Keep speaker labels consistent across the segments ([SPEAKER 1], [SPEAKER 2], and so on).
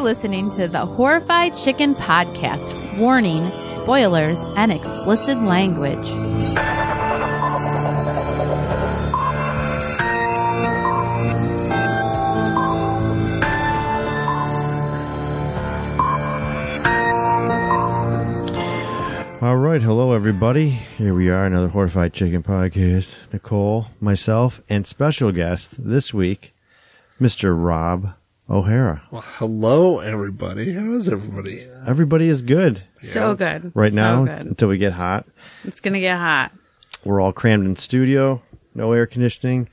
[SPEAKER 1] listening to the Horrified Chicken Podcast. Warning, spoilers, and explicit language.
[SPEAKER 2] All right, hello everybody. Here we are, another Horrified Chicken podcast. Nicole, myself, and special guest this week, Mr. Rob O'Hara.
[SPEAKER 3] Well, hello, everybody. How is everybody?
[SPEAKER 2] Everybody is good
[SPEAKER 1] So good.
[SPEAKER 2] right
[SPEAKER 1] So
[SPEAKER 2] now
[SPEAKER 1] good.
[SPEAKER 2] until we get hot.
[SPEAKER 1] It's going to get hot.
[SPEAKER 2] We're all crammed in studio, no air conditioning,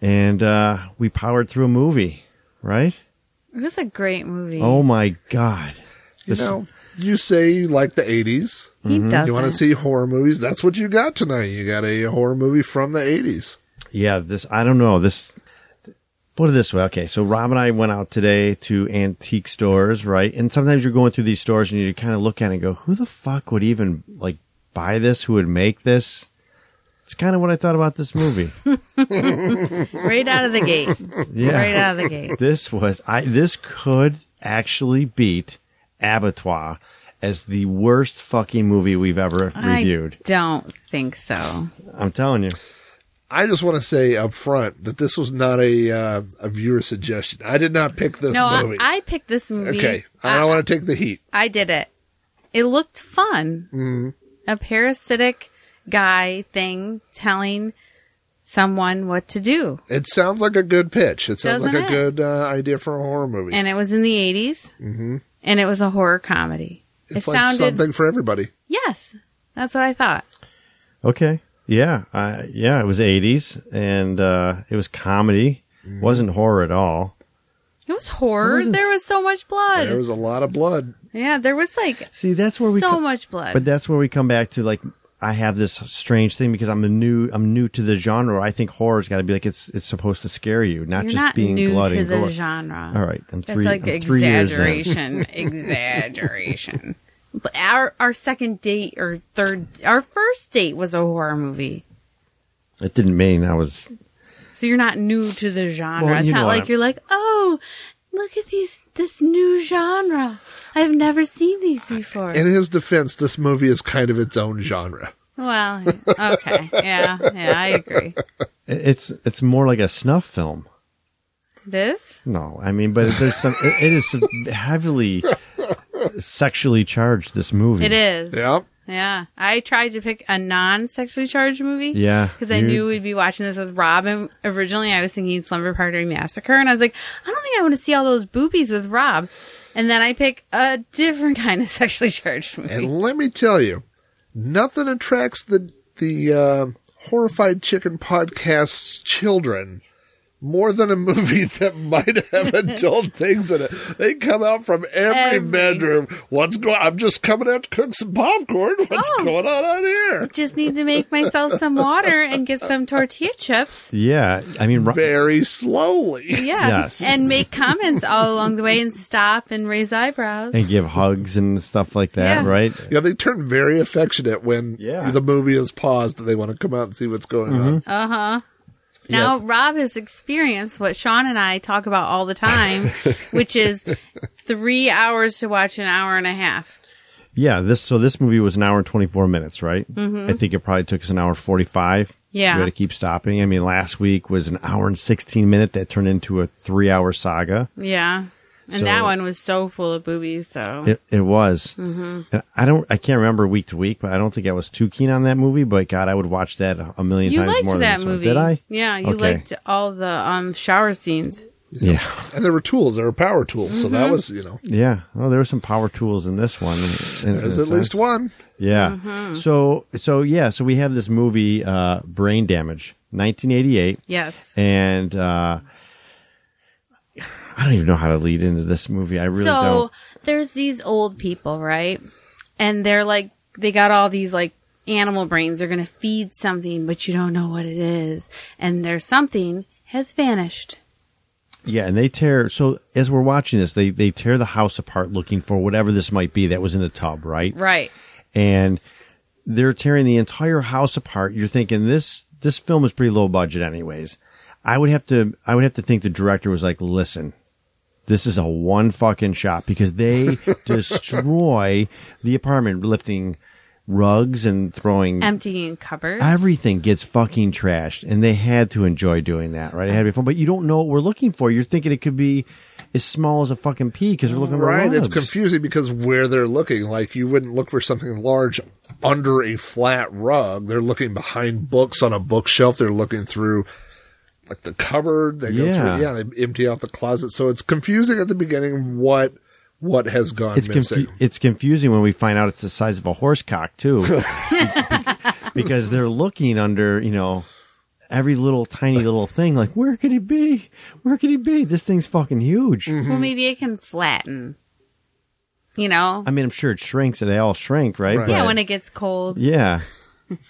[SPEAKER 2] and uh, we powered through a movie, right?
[SPEAKER 1] It was a great movie.
[SPEAKER 2] Oh my god.
[SPEAKER 3] You
[SPEAKER 2] This-
[SPEAKER 3] know, you say you like the 80s.
[SPEAKER 1] he
[SPEAKER 2] mm-hmm.
[SPEAKER 1] does.
[SPEAKER 3] You want to see horror movies? That's what you got tonight. You got a horror movie from the 80s.
[SPEAKER 2] Yeah, this I don't know. This put it this way. Okay, so Rob and I went out today to antique stores, right? And sometimes you're going through these stores and you kind of look at it and go, "Who the fuck would even like buy this? Who would make this?" It's kind of what I thought about this movie.
[SPEAKER 1] Right out of the gate.
[SPEAKER 2] Yeah.
[SPEAKER 1] Right out of the gate.
[SPEAKER 2] this was I this could actually beat Abattoir as the worst fucking movie we've ever reviewed.
[SPEAKER 1] I don't think so.
[SPEAKER 2] I'm telling you.
[SPEAKER 3] I just want to say up front that this was not a uh, a viewer suggestion. I did not pick this
[SPEAKER 1] No, I,
[SPEAKER 3] movie.
[SPEAKER 1] I picked this movie.
[SPEAKER 3] okay, I
[SPEAKER 1] I,
[SPEAKER 3] don't want to take the heat.
[SPEAKER 1] I did it. It looked fun.
[SPEAKER 3] Mm-hmm.
[SPEAKER 1] A parasitic guy thing telling someone what to do.
[SPEAKER 3] It sounds like a good pitch. It sounds like a
[SPEAKER 1] Doesn't it?
[SPEAKER 3] good uh, idea for a horror movie.
[SPEAKER 1] And it was in the 80s. Mm-hmm. And it was a horror comedy.
[SPEAKER 3] it's
[SPEAKER 1] it
[SPEAKER 3] like
[SPEAKER 1] sounded.
[SPEAKER 3] something for everybody.
[SPEAKER 1] Yes. That's what I thought.
[SPEAKER 2] Okay. Yeah. I, yeah. It was 80s and uh, it was comedy. wasn't horror at all.
[SPEAKER 1] It was horror.
[SPEAKER 2] It wasn't
[SPEAKER 1] there
[SPEAKER 2] s-
[SPEAKER 1] was so much blood.
[SPEAKER 3] There was a lot of blood.
[SPEAKER 1] yeah, there was like
[SPEAKER 2] See, that's where we
[SPEAKER 1] so
[SPEAKER 2] co-
[SPEAKER 1] much blood.
[SPEAKER 2] But that's where we come back to like I have this strange thing because I'm a new I'm new to the genre. I think horror's got to be like it's it's supposed to scare you, not
[SPEAKER 1] You're
[SPEAKER 2] just
[SPEAKER 1] not
[SPEAKER 2] being
[SPEAKER 1] new
[SPEAKER 2] bloody
[SPEAKER 1] to
[SPEAKER 2] and
[SPEAKER 1] the
[SPEAKER 2] gore.
[SPEAKER 1] genre.
[SPEAKER 2] All right, I'm
[SPEAKER 1] That's
[SPEAKER 2] three.
[SPEAKER 1] like
[SPEAKER 2] I'm three years in.
[SPEAKER 1] exaggeration. exaggeration. But our our second date or third our first date was a horror movie.
[SPEAKER 2] It didn't mean I was.
[SPEAKER 1] So you're not new to the genre.
[SPEAKER 2] Well,
[SPEAKER 1] it's
[SPEAKER 2] you know
[SPEAKER 1] not
[SPEAKER 2] what
[SPEAKER 1] like
[SPEAKER 2] I'm-
[SPEAKER 1] you're like, oh, look at these this new genre. I've never seen these before.
[SPEAKER 3] In his defense, this movie is kind of its own genre.
[SPEAKER 1] well, okay, yeah, yeah, I agree.
[SPEAKER 2] it- It's it's more like a snuff film.
[SPEAKER 1] This
[SPEAKER 2] No, I mean, but there's some. It, it is heavily sexually charged. This movie.
[SPEAKER 1] it is.
[SPEAKER 3] Yeah.
[SPEAKER 1] Yeah, I tried to pick a non-sexually charged movie.
[SPEAKER 2] Yeah,
[SPEAKER 1] because I
[SPEAKER 2] you-
[SPEAKER 1] knew we'd be watching this with Rob. And originally, I was thinking Slumber Party Massacre, and I was like, I don't think I want to see all those boobies with Rob. And then I pick a different kind of sexually charged movie.
[SPEAKER 3] And let me tell you, nothing attracts the the uh, horrified chicken podcast's children more than a movie that might have adult things in it. They come out from every,
[SPEAKER 1] Every-
[SPEAKER 3] bedroom. What's going? I'm just coming out to cook some popcorn. What's
[SPEAKER 1] Oh.
[SPEAKER 3] going on out here?
[SPEAKER 1] Just need to make myself some water and get some tortilla chips.
[SPEAKER 2] Yeah, I mean, Ro-
[SPEAKER 3] Very slowly.
[SPEAKER 1] Yeah,
[SPEAKER 2] Yes.
[SPEAKER 1] and make comments all along the way, and stop and raise eyebrows.
[SPEAKER 2] and give hugs and stuff like that,
[SPEAKER 1] Yeah.
[SPEAKER 2] right?
[SPEAKER 3] Yeah, they turn very affectionate when
[SPEAKER 2] Yeah. Mm-hmm.
[SPEAKER 3] the movie is paused and they want to come out and see what's going on.
[SPEAKER 1] Uh huh. Now, Rob has experienced what Sean and I talk about all the time, which is three hours to watch an hour and a half.
[SPEAKER 2] Yeah, this so this movie was an hour and twenty four minutes, right? I think it probably took us an hour forty five.
[SPEAKER 1] Mm-hmm. Yeah.
[SPEAKER 2] we had to keep stopping. I mean, last week was an hour and sixteen minute that turned into a three hour saga.
[SPEAKER 1] Yeah. And
[SPEAKER 2] So-
[SPEAKER 1] that one was so full of boobies, so.
[SPEAKER 2] It it was. Mm-hmm. And I don't, I can't remember week to week, but I don't think I was too keen on that movie. But God, I would watch that a million
[SPEAKER 1] you
[SPEAKER 2] times more
[SPEAKER 1] liked
[SPEAKER 2] than
[SPEAKER 1] that
[SPEAKER 2] this
[SPEAKER 1] movie.
[SPEAKER 2] One. Did I?
[SPEAKER 1] Yeah, you
[SPEAKER 2] Okay.
[SPEAKER 1] liked all the um shower scenes.
[SPEAKER 2] Yeah,
[SPEAKER 3] And there were tools. There were power tools. So that was, you know,
[SPEAKER 2] yeah. Well, there were some power tools in this one. in- in a
[SPEAKER 3] there's at
[SPEAKER 2] sense.
[SPEAKER 3] least one.
[SPEAKER 2] Yeah.
[SPEAKER 1] Mm-hmm.
[SPEAKER 2] So so yeah. So we have this movie, uh, Brain Damage, nineteen eighty eight.
[SPEAKER 1] Yes.
[SPEAKER 2] and uh, I don't even know how to lead into this movie. I really
[SPEAKER 1] so
[SPEAKER 2] don't.
[SPEAKER 1] there's these old people, right? And they're like, they got all these like animal brains. They're going to feed something, but you don't know what it is. And their something has vanished.
[SPEAKER 2] Yeah, and they tear. So as we're watching this, they they tear the house apart looking for whatever this might be that was in the tub, right?
[SPEAKER 1] Right.
[SPEAKER 2] And they're tearing the entire house apart. You're thinking this this film is pretty low budget, anyways. I would have to I would have to think the director was like, listen, This is a one fucking shot because they destroy the apartment, lifting rugs and throwing
[SPEAKER 1] Emptying cupboards.
[SPEAKER 2] everything gets fucking trashed and they had to enjoy doing that right it had to be fun but you don't know what we're looking for you're thinking it could be as small as a fucking pea because we're looking
[SPEAKER 3] Right,
[SPEAKER 2] for
[SPEAKER 3] it's
[SPEAKER 2] rugs.
[SPEAKER 3] confusing because where they're looking, like you wouldn't look for something large under a flat rug. They're looking behind books on a bookshelf. They're looking through like the cupboard. They go
[SPEAKER 2] Yeah.
[SPEAKER 3] through, yeah, they empty out the closet. So it's confusing at the beginning what what has gone
[SPEAKER 2] it's
[SPEAKER 3] missing.
[SPEAKER 2] confu- it's confusing when we find out it's the size of a horse cock too because they're looking under you know every little tiny little thing like where could it be where could it be this thing's fucking huge
[SPEAKER 3] Mm.
[SPEAKER 1] Well, maybe it can flatten. You know?
[SPEAKER 2] i mean i'm sure it shrinks they all shrink right,
[SPEAKER 3] Right.
[SPEAKER 1] yeah,
[SPEAKER 2] But-
[SPEAKER 1] when it gets cold.
[SPEAKER 2] Yeah.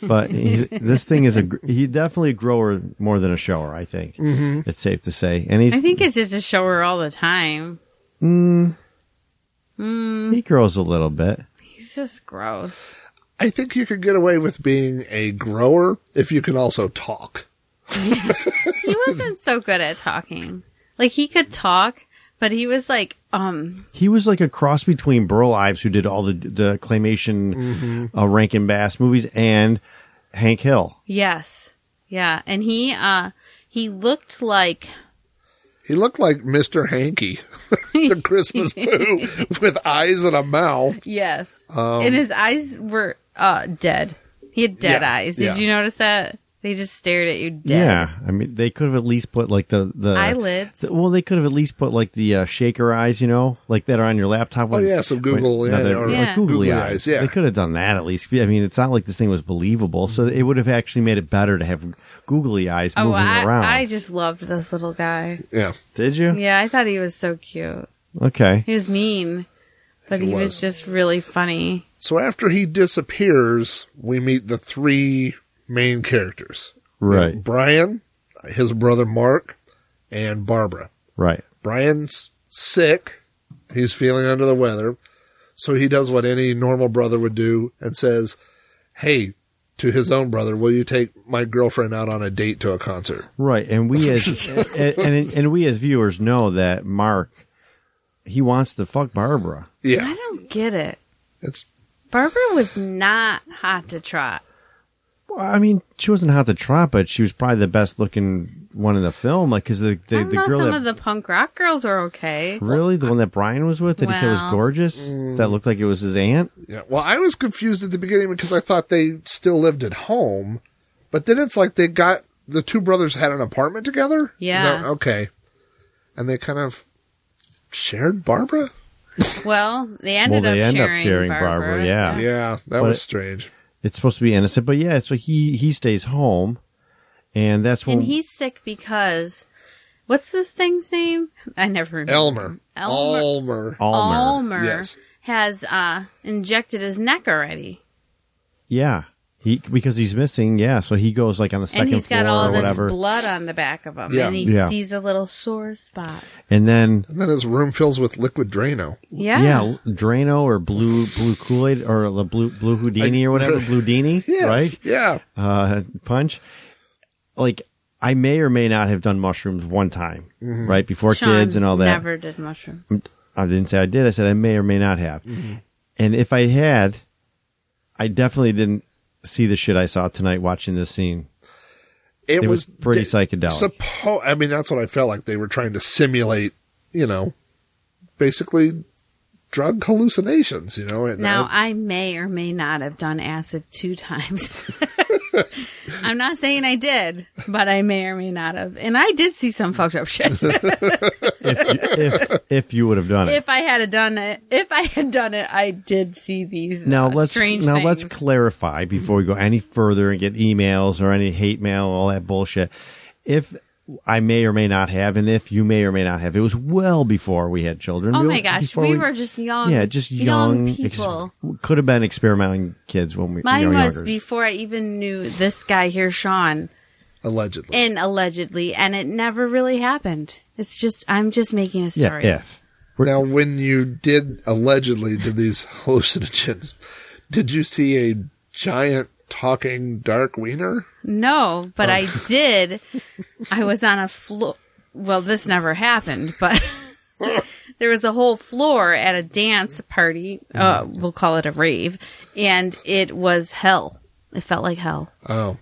[SPEAKER 2] But he's, this thing is a gr- he definitely a grower more than a shower. I think it's safe to say, and he's
[SPEAKER 1] I think it's just a shower all the time.
[SPEAKER 2] he grows a little bit.
[SPEAKER 1] He's just gross.
[SPEAKER 3] I think you could get away with being a grower if you can also talk.
[SPEAKER 1] He wasn't so good at talking. Like he could talk, but he was like, um,
[SPEAKER 2] He was like a cross between Burl Ives, who did all the the claymation uh, Rankin Bass movies, and Hank Hill.
[SPEAKER 1] yes. Yeah. And he uh he looked like
[SPEAKER 3] He looked like Mr. Hanky, the Christmas poo with eyes and a mouth.
[SPEAKER 1] yes.
[SPEAKER 2] Um,
[SPEAKER 1] and his eyes were uh dead. He had dead
[SPEAKER 3] Yeah,
[SPEAKER 1] eyes. Did
[SPEAKER 3] yeah.
[SPEAKER 1] you notice that? They just stared at you dead.
[SPEAKER 2] Yeah, I mean they could have at least put like the the
[SPEAKER 1] Eyelids.
[SPEAKER 2] the- well, they could have at least put like the uh, shaker eyes, you know, like that are on your laptop.
[SPEAKER 3] Oh, yeah, some Google,
[SPEAKER 2] when-
[SPEAKER 3] yeah,
[SPEAKER 2] no, they're-
[SPEAKER 3] or-
[SPEAKER 2] like
[SPEAKER 1] Yeah.
[SPEAKER 2] googly,
[SPEAKER 3] Googly
[SPEAKER 2] eyes.
[SPEAKER 3] eyes, yeah.
[SPEAKER 2] they could have done that at least. I mean, it's not like this thing was believable, so it would have actually made it better to have googly eyes
[SPEAKER 1] Oh,
[SPEAKER 2] moving
[SPEAKER 1] I,
[SPEAKER 2] around.
[SPEAKER 1] I just loved this little guy.
[SPEAKER 3] Yeah.
[SPEAKER 2] Did you?
[SPEAKER 1] Yeah, I thought he was so cute.
[SPEAKER 2] Okay.
[SPEAKER 1] He was mean, but he, was.
[SPEAKER 3] was.
[SPEAKER 1] just really funny.
[SPEAKER 3] So after he disappears, we meet the three main characters.
[SPEAKER 2] Right.
[SPEAKER 3] Brian, his brother Mark, and Barbara.
[SPEAKER 2] Right.
[SPEAKER 3] Brian's sick. He's feeling under the weather. So he does what any normal brother would do and says, Hey, to his own brother, will you take my girlfriend out on a date to a concert?
[SPEAKER 2] Right. And we as and, and and we as viewers know that Mark he wants to fuck Barbara.
[SPEAKER 1] I
[SPEAKER 3] Yeah.
[SPEAKER 1] don't get it.
[SPEAKER 3] It's
[SPEAKER 1] Barbara was not hot to trot.
[SPEAKER 2] Well, I mean, she wasn't hot to trot, but she was probably the best looking one in the film. Like, because the the,
[SPEAKER 1] I
[SPEAKER 2] the
[SPEAKER 1] don't know
[SPEAKER 2] girl
[SPEAKER 1] some
[SPEAKER 2] that
[SPEAKER 1] of the punk rock girls are okay.
[SPEAKER 2] Really? The one that Brian was with that he said was
[SPEAKER 1] Well.
[SPEAKER 2] gorgeous? That looked like it was his aunt?
[SPEAKER 3] Yeah. Well, I was confused at the beginning because I thought they still lived at home, but then it's like they got the two brothers had an apartment together. Is
[SPEAKER 1] Yeah.
[SPEAKER 3] that- okay. And they kind of shared Barbara.
[SPEAKER 1] Well, they ended
[SPEAKER 2] Well, they
[SPEAKER 1] up
[SPEAKER 2] end up
[SPEAKER 1] sharing,
[SPEAKER 2] sharing
[SPEAKER 1] Barbara.
[SPEAKER 2] Barbara, yeah.
[SPEAKER 3] Yeah, that
[SPEAKER 2] But-
[SPEAKER 3] was strange.
[SPEAKER 2] It's supposed to be innocent, but yeah, so he he stays home and that's when
[SPEAKER 1] And he's sick because what's this thing's name? I never remember.
[SPEAKER 3] Elmer.
[SPEAKER 1] Elmer.
[SPEAKER 3] Elmer.
[SPEAKER 2] Almer.
[SPEAKER 1] Almer
[SPEAKER 3] Yes.
[SPEAKER 1] has uh, injected his neck already,
[SPEAKER 2] Yeah. He because he's missing, yeah. So he goes like on the second
[SPEAKER 1] and he's
[SPEAKER 2] floor
[SPEAKER 1] got all
[SPEAKER 2] or
[SPEAKER 1] this
[SPEAKER 2] whatever.
[SPEAKER 1] blood on the back of him,
[SPEAKER 3] Yeah.
[SPEAKER 1] and he
[SPEAKER 2] Yeah.
[SPEAKER 1] sees a little sore spot.
[SPEAKER 2] and then
[SPEAKER 3] And then his room fills with liquid Drano.
[SPEAKER 1] Yeah,
[SPEAKER 2] yeah, Drano or blue blue Kool-Aid or the blue blue Houdini or whatever, blue Dini,
[SPEAKER 3] Yes.
[SPEAKER 2] right?
[SPEAKER 3] Yeah.
[SPEAKER 2] uh, punch. Like I may or may not have done mushrooms one time, right before
[SPEAKER 1] Sean
[SPEAKER 2] kids and all that.
[SPEAKER 1] Never did mushrooms.
[SPEAKER 2] I didn't say I did. I said I may or may not have. And if I had, I definitely didn't see the shit I saw tonight watching this scene.
[SPEAKER 3] It,
[SPEAKER 2] It was pretty psychedelic.
[SPEAKER 3] Suppo- I mean, that's what I felt like they were trying to simulate, you know, basically drug hallucinations, you know. And
[SPEAKER 1] Now,
[SPEAKER 3] I-
[SPEAKER 1] I may or may not have done acid two times. I'm not saying I did, but I may or may not have. And I did see some fucked up shit.
[SPEAKER 2] if, if if you would have done it.
[SPEAKER 1] if I had done it, if I had done it, I did see these
[SPEAKER 2] now
[SPEAKER 1] uh,
[SPEAKER 2] let's
[SPEAKER 1] strange
[SPEAKER 2] now let's
[SPEAKER 1] things.
[SPEAKER 2] clarify before we go any further and get emails or any hate mail, all that bullshit. If I may or may not have, and if you may or may not have, it was well before we had children.
[SPEAKER 1] oh
[SPEAKER 2] It
[SPEAKER 1] my
[SPEAKER 2] was
[SPEAKER 1] gosh,
[SPEAKER 2] before
[SPEAKER 1] we, were just young.
[SPEAKER 2] yeah, just young, ex-
[SPEAKER 1] people.
[SPEAKER 2] could have been experimenting kids when we
[SPEAKER 1] Mine
[SPEAKER 2] you know,
[SPEAKER 1] was
[SPEAKER 2] youngers.
[SPEAKER 1] before I even knew this guy here, Sean,
[SPEAKER 3] allegedly.
[SPEAKER 1] and allegedly, and it never really happened. It's just I'm just making a
[SPEAKER 2] yeah
[SPEAKER 1] story.
[SPEAKER 2] if We're-
[SPEAKER 3] now, when you did allegedly do these hallucinogens, did you see a giant talking dark wiener?
[SPEAKER 1] No, but I did. I was on a floor. Well, this never happened, but there was a whole floor at a dance party. Uh, we'll call it a rave, and it was hell. It felt like hell.
[SPEAKER 3] Oh,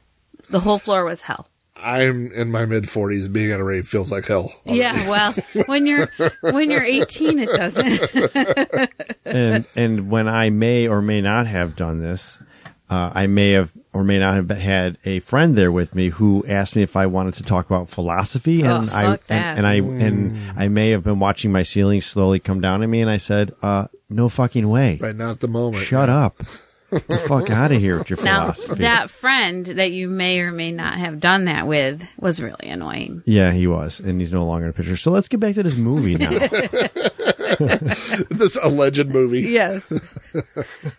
[SPEAKER 1] The whole floor was hell.
[SPEAKER 3] I'm in my mid 40s. Being at a rave feels like hell.
[SPEAKER 1] Yeah, well, when you're when you're 18, it doesn't.
[SPEAKER 2] and and when I may or may not have done this, uh, I may have or may not have had a friend there with me who asked me if I wanted to talk about philosophy, and
[SPEAKER 1] Oh,
[SPEAKER 2] I
[SPEAKER 1] fuck that.
[SPEAKER 2] and, and I and I may have been watching my ceiling slowly come down at me, and I said, uh, "No fucking way!
[SPEAKER 3] Right now at the moment.
[SPEAKER 2] Shut up! Get the fuck out of here with your
[SPEAKER 1] Now
[SPEAKER 2] philosophy."
[SPEAKER 1] that friend that you may or may not have done that with was really annoying.
[SPEAKER 2] yeah, he was, and he's no longer in the picture. So let's get back to this movie now.
[SPEAKER 3] this alleged movie.
[SPEAKER 1] Yes,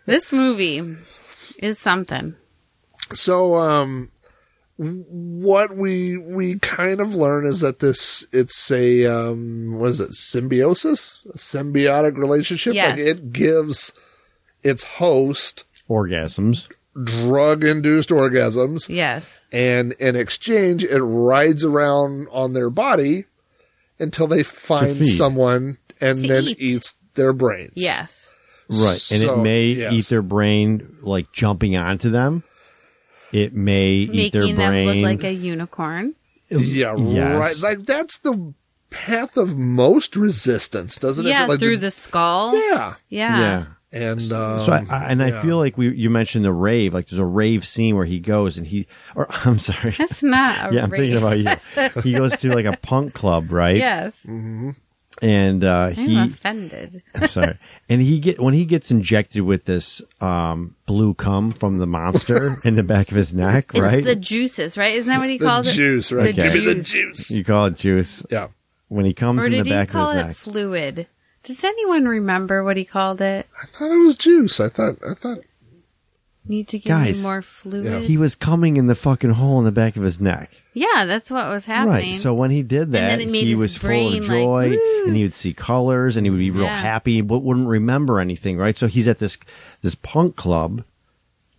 [SPEAKER 1] this movie is something.
[SPEAKER 3] So, um, what we we kind of learn is that this it's a um, what is it symbiosis, a symbiotic relationship.
[SPEAKER 1] Yes.
[SPEAKER 3] Like it gives its host
[SPEAKER 2] Orgasms.
[SPEAKER 3] drug induced orgasms.
[SPEAKER 1] Yes,
[SPEAKER 3] and in exchange it rides around on their body until they find
[SPEAKER 2] feed.
[SPEAKER 3] someone and
[SPEAKER 1] To
[SPEAKER 3] then
[SPEAKER 1] eat.
[SPEAKER 3] eats their brains.
[SPEAKER 1] yes.
[SPEAKER 2] Right. And
[SPEAKER 3] So,
[SPEAKER 2] it may
[SPEAKER 3] yes.
[SPEAKER 2] eat their brain like jumping onto them. It may eat their
[SPEAKER 1] Making them
[SPEAKER 2] brain.
[SPEAKER 1] look like a unicorn.
[SPEAKER 3] Yeah,
[SPEAKER 2] Yes.
[SPEAKER 3] right. Like that's the path of most resistance, doesn't it?
[SPEAKER 1] Yeah,
[SPEAKER 3] Like
[SPEAKER 1] through the, skull.
[SPEAKER 3] Yeah.
[SPEAKER 1] Yeah.
[SPEAKER 2] yeah.
[SPEAKER 3] And um,
[SPEAKER 2] So I, I, and I
[SPEAKER 3] yeah.
[SPEAKER 2] feel like we you mentioned the rave. Like there's a rave scene where he goes and he or I'm sorry.
[SPEAKER 1] That's not a
[SPEAKER 2] yeah, I'm
[SPEAKER 1] rave.
[SPEAKER 2] thinking about you. He goes to like a punk club, right?
[SPEAKER 1] Yes,
[SPEAKER 2] And uh,
[SPEAKER 1] I'm
[SPEAKER 2] he
[SPEAKER 1] offended.
[SPEAKER 2] I'm sorry. And he get when he gets injected with this um, blue cum from the monster in the back of his neck,
[SPEAKER 1] It's
[SPEAKER 2] right?
[SPEAKER 1] the juices, right? Isn't that what he
[SPEAKER 3] the
[SPEAKER 1] called
[SPEAKER 3] juice, right?
[SPEAKER 2] Okay.
[SPEAKER 3] Give me the
[SPEAKER 1] juice.
[SPEAKER 3] juice.
[SPEAKER 2] you call it juice.
[SPEAKER 3] Yeah.
[SPEAKER 2] When he
[SPEAKER 1] it?
[SPEAKER 2] comes
[SPEAKER 1] Or
[SPEAKER 2] in the
[SPEAKER 1] did he
[SPEAKER 2] back of
[SPEAKER 1] call
[SPEAKER 2] his
[SPEAKER 1] it
[SPEAKER 2] neck.
[SPEAKER 1] fluid? Does anyone remember what he called it?
[SPEAKER 3] I thought it was juice. I thought I thought
[SPEAKER 1] Need to give
[SPEAKER 2] Guys,
[SPEAKER 1] me more fluid.
[SPEAKER 2] He was coming in the fucking hole in the back of his neck.
[SPEAKER 1] yeah, that's what was happening.
[SPEAKER 2] Right. So when he did that,
[SPEAKER 1] then it made
[SPEAKER 2] he
[SPEAKER 1] his
[SPEAKER 2] was full
[SPEAKER 1] brain,
[SPEAKER 2] of
[SPEAKER 1] like,
[SPEAKER 2] joy
[SPEAKER 1] "Woo."
[SPEAKER 2] and he would see colors and he would be real
[SPEAKER 1] Yeah.
[SPEAKER 2] happy but wouldn't remember anything, right? So he's at this this punk club,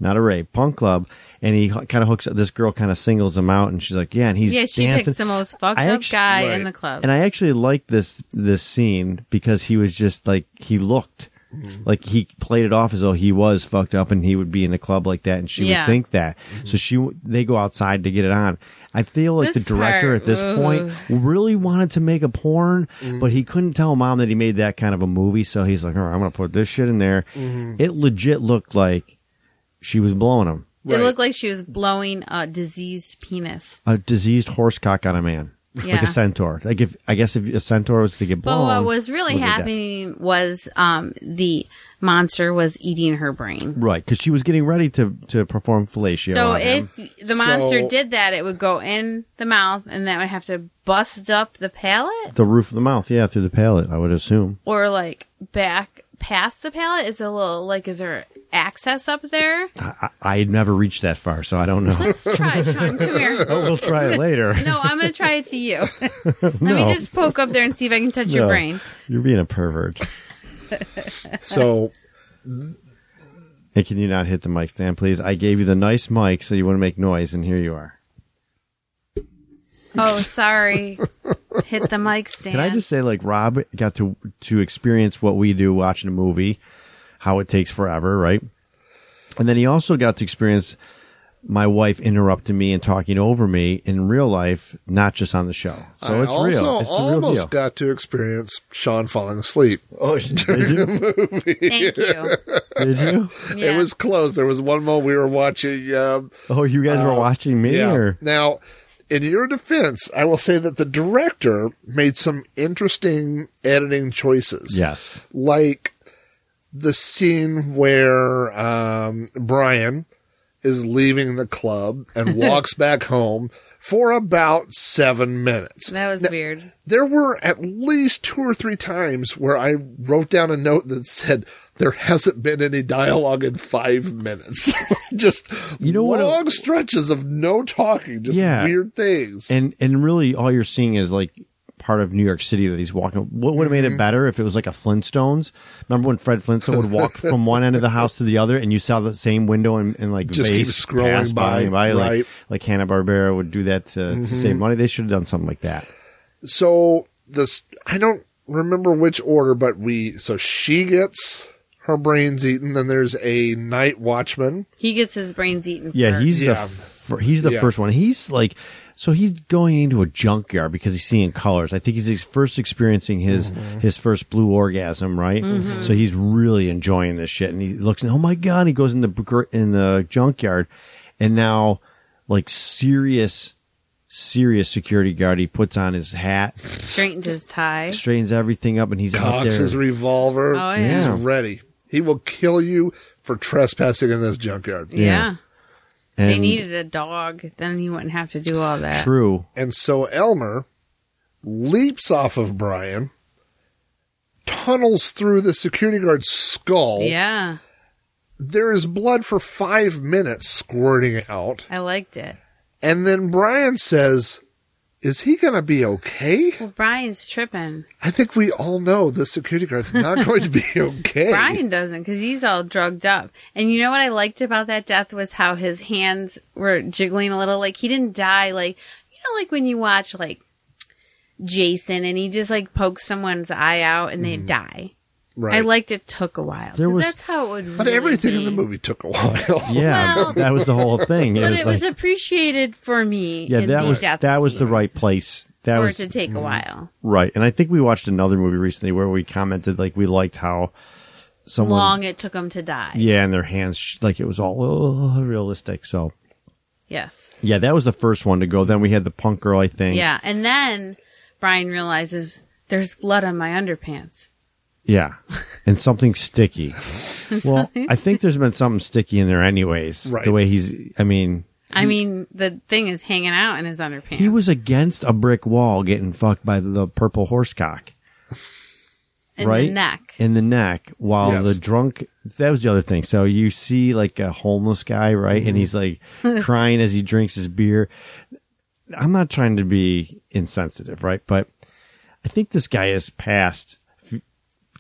[SPEAKER 2] not a rave, punk club, and he kind of hooks up this girl kind of singles him out and she's like, "Yeah," and he's
[SPEAKER 1] yeah, she
[SPEAKER 2] dancing.
[SPEAKER 1] picks the most fucked
[SPEAKER 2] I
[SPEAKER 1] up
[SPEAKER 2] actu-
[SPEAKER 1] guy
[SPEAKER 3] right.
[SPEAKER 1] in the club.
[SPEAKER 2] and I actually liked this this scene because he was just like he looked like he played it off as though he was fucked up and he would be in the club like that and she
[SPEAKER 1] Yeah.
[SPEAKER 2] would think that. So she they go outside to get it on. I feel like
[SPEAKER 1] This
[SPEAKER 2] the director
[SPEAKER 1] part,
[SPEAKER 2] at this
[SPEAKER 1] ugh.
[SPEAKER 2] point really wanted to make a porn, but he couldn't tell mom that he made that kind of a movie. So he's like, "All right, I'm gonna put this shit in there." It legit looked like she was blowing him
[SPEAKER 1] It
[SPEAKER 3] Right.
[SPEAKER 1] looked like she was blowing a diseased penis.
[SPEAKER 2] a diseased horse cock on a man. Like
[SPEAKER 1] Yeah.
[SPEAKER 2] a centaur. Like if I guess if a centaur was to get
[SPEAKER 1] But
[SPEAKER 2] blown,
[SPEAKER 1] what was really
[SPEAKER 2] Oh, look at that.
[SPEAKER 1] happening was um, the monster was eating her brain.
[SPEAKER 2] Right, because she was getting ready to to perform fellatio.
[SPEAKER 1] So
[SPEAKER 2] on him.
[SPEAKER 1] if the monster
[SPEAKER 3] So-
[SPEAKER 1] did that, it would go in the mouth, and that would have to bust up the palate,
[SPEAKER 2] the roof of the mouth, yeah, through the palate, I would assume.
[SPEAKER 1] or like back past the palate. Is it a little like is there access up there?
[SPEAKER 2] I, I had never reached that far, so I don't know.
[SPEAKER 1] Let's try, it, Sean. Come here.
[SPEAKER 2] we'll try it later.
[SPEAKER 1] No, I'm gonna try it to you. Let
[SPEAKER 2] No.
[SPEAKER 1] me just poke up there and see if I can touch your
[SPEAKER 2] No.
[SPEAKER 1] brain.
[SPEAKER 2] You're being a pervert.
[SPEAKER 3] so
[SPEAKER 2] Hey, can you not hit the mic stand, please? I gave you the nice mic, so you want to make noise, and here you are.
[SPEAKER 1] Oh, sorry. Hit the mic stand.
[SPEAKER 2] Can I just say, like, Rob got to to experience what we do watching a movie, how it takes forever, right? And then he also got to experience my wife interrupting me and talking over me in real life, not just on the show. So
[SPEAKER 3] I
[SPEAKER 2] it's
[SPEAKER 3] also
[SPEAKER 2] real. It's the real
[SPEAKER 3] almost
[SPEAKER 2] deal.
[SPEAKER 3] got to experience Sean falling asleep.
[SPEAKER 2] Oh, did you?
[SPEAKER 1] Thank you.
[SPEAKER 2] Did you?
[SPEAKER 1] Yeah.
[SPEAKER 3] It was close. There was one moment we were watching um,
[SPEAKER 2] Oh, you guys were watching me, or
[SPEAKER 3] Now, in your defense, I will say that the director made some interesting editing choices.
[SPEAKER 2] yes,
[SPEAKER 3] Like the scene where um, Brian is leaving the club and walks back home for about seven minutes.
[SPEAKER 1] That was weird.
[SPEAKER 3] There were at least two or three times where I wrote down a note that said, there hasn't been any dialogue in five minutes. just
[SPEAKER 2] You know what a-
[SPEAKER 3] long stretches of no talking, just
[SPEAKER 2] Yeah.
[SPEAKER 3] weird things.
[SPEAKER 2] and and really, all you're seeing is like part of New York City that he's walking. What would have
[SPEAKER 3] Mm-hmm.
[SPEAKER 2] made it better if it was like a Flintstones? Remember when Fred Flintstone would walk from one end of the house to the other, and you saw the same window and, and like
[SPEAKER 3] Just keep
[SPEAKER 2] vase
[SPEAKER 3] scrolling
[SPEAKER 2] pass by,
[SPEAKER 3] by,
[SPEAKER 2] by, like
[SPEAKER 3] right. Mm-hmm.
[SPEAKER 2] like Hanna Barbera would do that to, to save money. They should have done something like that.
[SPEAKER 3] so this, I don't, remember which order, but we so she gets her brains eaten. Then there's a night watchman.
[SPEAKER 1] He gets his brains eaten.
[SPEAKER 2] Yeah,
[SPEAKER 1] for-
[SPEAKER 2] he's
[SPEAKER 3] Yeah.
[SPEAKER 2] the fir- he's the
[SPEAKER 3] Yeah.
[SPEAKER 2] first one. He's like so he's going into a junkyard because he's seeing colors. I think he's ex- first experiencing his
[SPEAKER 1] Mm-hmm.
[SPEAKER 2] his first blue orgasm, right? So he's really enjoying this shit, and he looks and oh my god, he goes in the gr- in the junkyard, and now like serious serious security guard. He puts on his hat,
[SPEAKER 1] straightens his tie.
[SPEAKER 2] straightens everything up, and he's out
[SPEAKER 3] Cocks
[SPEAKER 2] there.
[SPEAKER 3] his revolver.
[SPEAKER 1] Oh, yeah.
[SPEAKER 3] He's ready. He will kill you for trespassing in this junkyard.
[SPEAKER 1] Yeah.
[SPEAKER 2] and
[SPEAKER 1] They needed a dog. Then he wouldn't have to do all that.
[SPEAKER 2] true.
[SPEAKER 3] And so Elmer leaps off of Brian, tunnels through the security guard's skull.
[SPEAKER 1] Yeah.
[SPEAKER 3] There is blood for five minutes squirting out.
[SPEAKER 1] I liked it.
[SPEAKER 3] And then Brian says, Is he going to be okay?
[SPEAKER 1] Well, Brian's tripping.
[SPEAKER 3] I think we all know the security guard's not going to be okay.
[SPEAKER 1] Brian doesn't because he's all drugged up. And you know what I liked about that death was how his hands were jiggling a little. Like he didn't die. Like you know, like when you watch like Jason and he just like pokes someone's eye out and they die.
[SPEAKER 3] Mm-hmm. Right.
[SPEAKER 1] I liked it took a while.
[SPEAKER 2] There
[SPEAKER 1] 'cause
[SPEAKER 2] was-
[SPEAKER 1] that's how it would.
[SPEAKER 3] but
[SPEAKER 1] really
[SPEAKER 3] everything in
[SPEAKER 1] be.
[SPEAKER 3] the movie took a while.
[SPEAKER 2] Yeah,
[SPEAKER 1] Well-
[SPEAKER 2] that was the whole thing.
[SPEAKER 1] But
[SPEAKER 2] was
[SPEAKER 1] it
[SPEAKER 2] like,
[SPEAKER 1] was appreciated for me.
[SPEAKER 2] yeah,
[SPEAKER 1] in
[SPEAKER 2] that
[SPEAKER 1] the
[SPEAKER 2] was
[SPEAKER 1] death
[SPEAKER 2] that was the
[SPEAKER 1] scenes
[SPEAKER 2] right place. That
[SPEAKER 1] for
[SPEAKER 2] was Mm-hmm.
[SPEAKER 1] it to take a while.
[SPEAKER 2] Right. And I think we watched another movie recently where we commented like we liked how someone
[SPEAKER 1] Long it took him to die.
[SPEAKER 2] yeah, and their hands sh- like it was all oh, realistic. So,
[SPEAKER 1] Yes.
[SPEAKER 2] yeah, that was the first one to go. Then we had the punk girl, I think.
[SPEAKER 1] Yeah. And then Brian realizes there's blood on my underpants.
[SPEAKER 2] Yeah. And something sticky. well, I think there's been something sticky in there anyways.
[SPEAKER 3] Right.
[SPEAKER 2] The way he's I mean,
[SPEAKER 1] I mean, the thing is hanging out in his underpants.
[SPEAKER 2] he was against a brick wall getting fucked by the purple horsecock.
[SPEAKER 1] in
[SPEAKER 2] right?
[SPEAKER 1] the neck.
[SPEAKER 2] in the neck while
[SPEAKER 3] Yes.
[SPEAKER 2] the drunk that was the other thing so you see like a homeless guy right
[SPEAKER 3] Mm-hmm.
[SPEAKER 2] and he's like crying as he drinks his beer i'm not trying to be insensitive right but i think this guy is past f-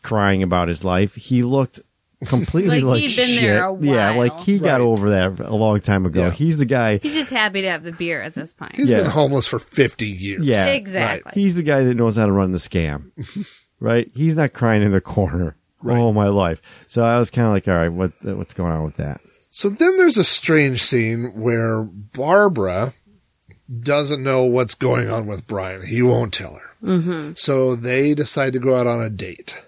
[SPEAKER 2] crying about his life he looked completely like,
[SPEAKER 1] Like he'd been
[SPEAKER 2] shit
[SPEAKER 1] there a
[SPEAKER 2] yeah
[SPEAKER 1] while.
[SPEAKER 2] like he got
[SPEAKER 3] Right.
[SPEAKER 2] over that a long time ago
[SPEAKER 3] Yeah.
[SPEAKER 2] he's the guy
[SPEAKER 1] He's just happy to have the beer at this point.
[SPEAKER 3] He's
[SPEAKER 2] Yeah.
[SPEAKER 3] been homeless for 50 years.
[SPEAKER 2] yeah
[SPEAKER 1] exactly.
[SPEAKER 2] He's the guy that knows how to run the scam, right? He's not crying in the corner. Oh my life! So I was kind of like, all right, what what's going on with that?
[SPEAKER 3] So then there's a strange scene where Barbara doesn't know what's going on with Brian. He won't tell her. Mm-hmm. So they decide to go out on a date.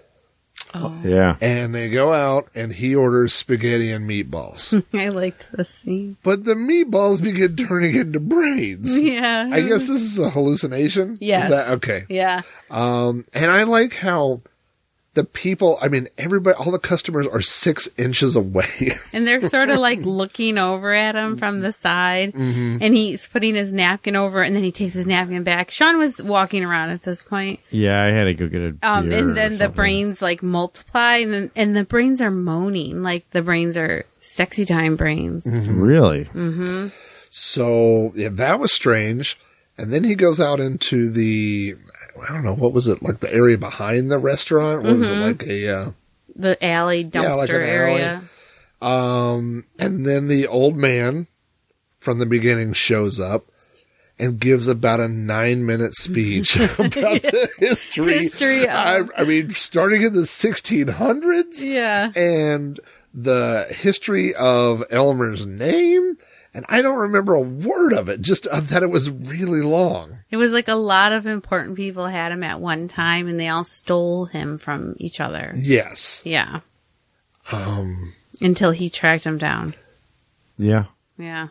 [SPEAKER 2] Yeah,
[SPEAKER 3] And they go out, and he orders spaghetti and meatballs.
[SPEAKER 1] I liked this scene.
[SPEAKER 3] but the meatballs begin turning into brains.
[SPEAKER 1] Yeah.
[SPEAKER 3] I guess this is a hallucination.
[SPEAKER 1] Yes.
[SPEAKER 3] Is that okay?
[SPEAKER 1] Yeah.
[SPEAKER 3] Um, and I like how the people, I mean, everybody, all the customers are six inches away.
[SPEAKER 1] And they're sort of like looking over at him from the side.
[SPEAKER 2] Mm-hmm.
[SPEAKER 1] And he's putting his napkin over and then he takes his napkin back. Sean was walking around at this point.
[SPEAKER 2] yeah. I had to go get a
[SPEAKER 1] Um,
[SPEAKER 2] beer or
[SPEAKER 1] and then the
[SPEAKER 2] something.
[SPEAKER 1] brains like multiply and then, and the brains are moaning. Like the brains are sexy time brains.
[SPEAKER 2] Mm-hmm. Really?
[SPEAKER 3] So yeah, that was strange. And then he goes out into the I don't know what was it like the area behind the restaurant. What was it
[SPEAKER 1] Mm-hmm.
[SPEAKER 3] like a
[SPEAKER 1] The alley dumpster
[SPEAKER 3] Yeah, like an
[SPEAKER 1] area.
[SPEAKER 3] alley. uh, um? And then the old man from the beginning shows up and gives about a nine minute speech about the history.
[SPEAKER 1] History of-
[SPEAKER 3] I, I mean, starting in the sixteen hundreds
[SPEAKER 1] Yeah.
[SPEAKER 3] and the history of Elmer's name. And I don't remember a word of it, just uh, that it was really long.
[SPEAKER 1] It was like a lot of important people had him at one time and they all stole him from each other.
[SPEAKER 3] Yes.
[SPEAKER 1] Yeah.
[SPEAKER 3] Um,
[SPEAKER 1] Until he tracked him down.
[SPEAKER 2] Yeah.
[SPEAKER 1] Yeah.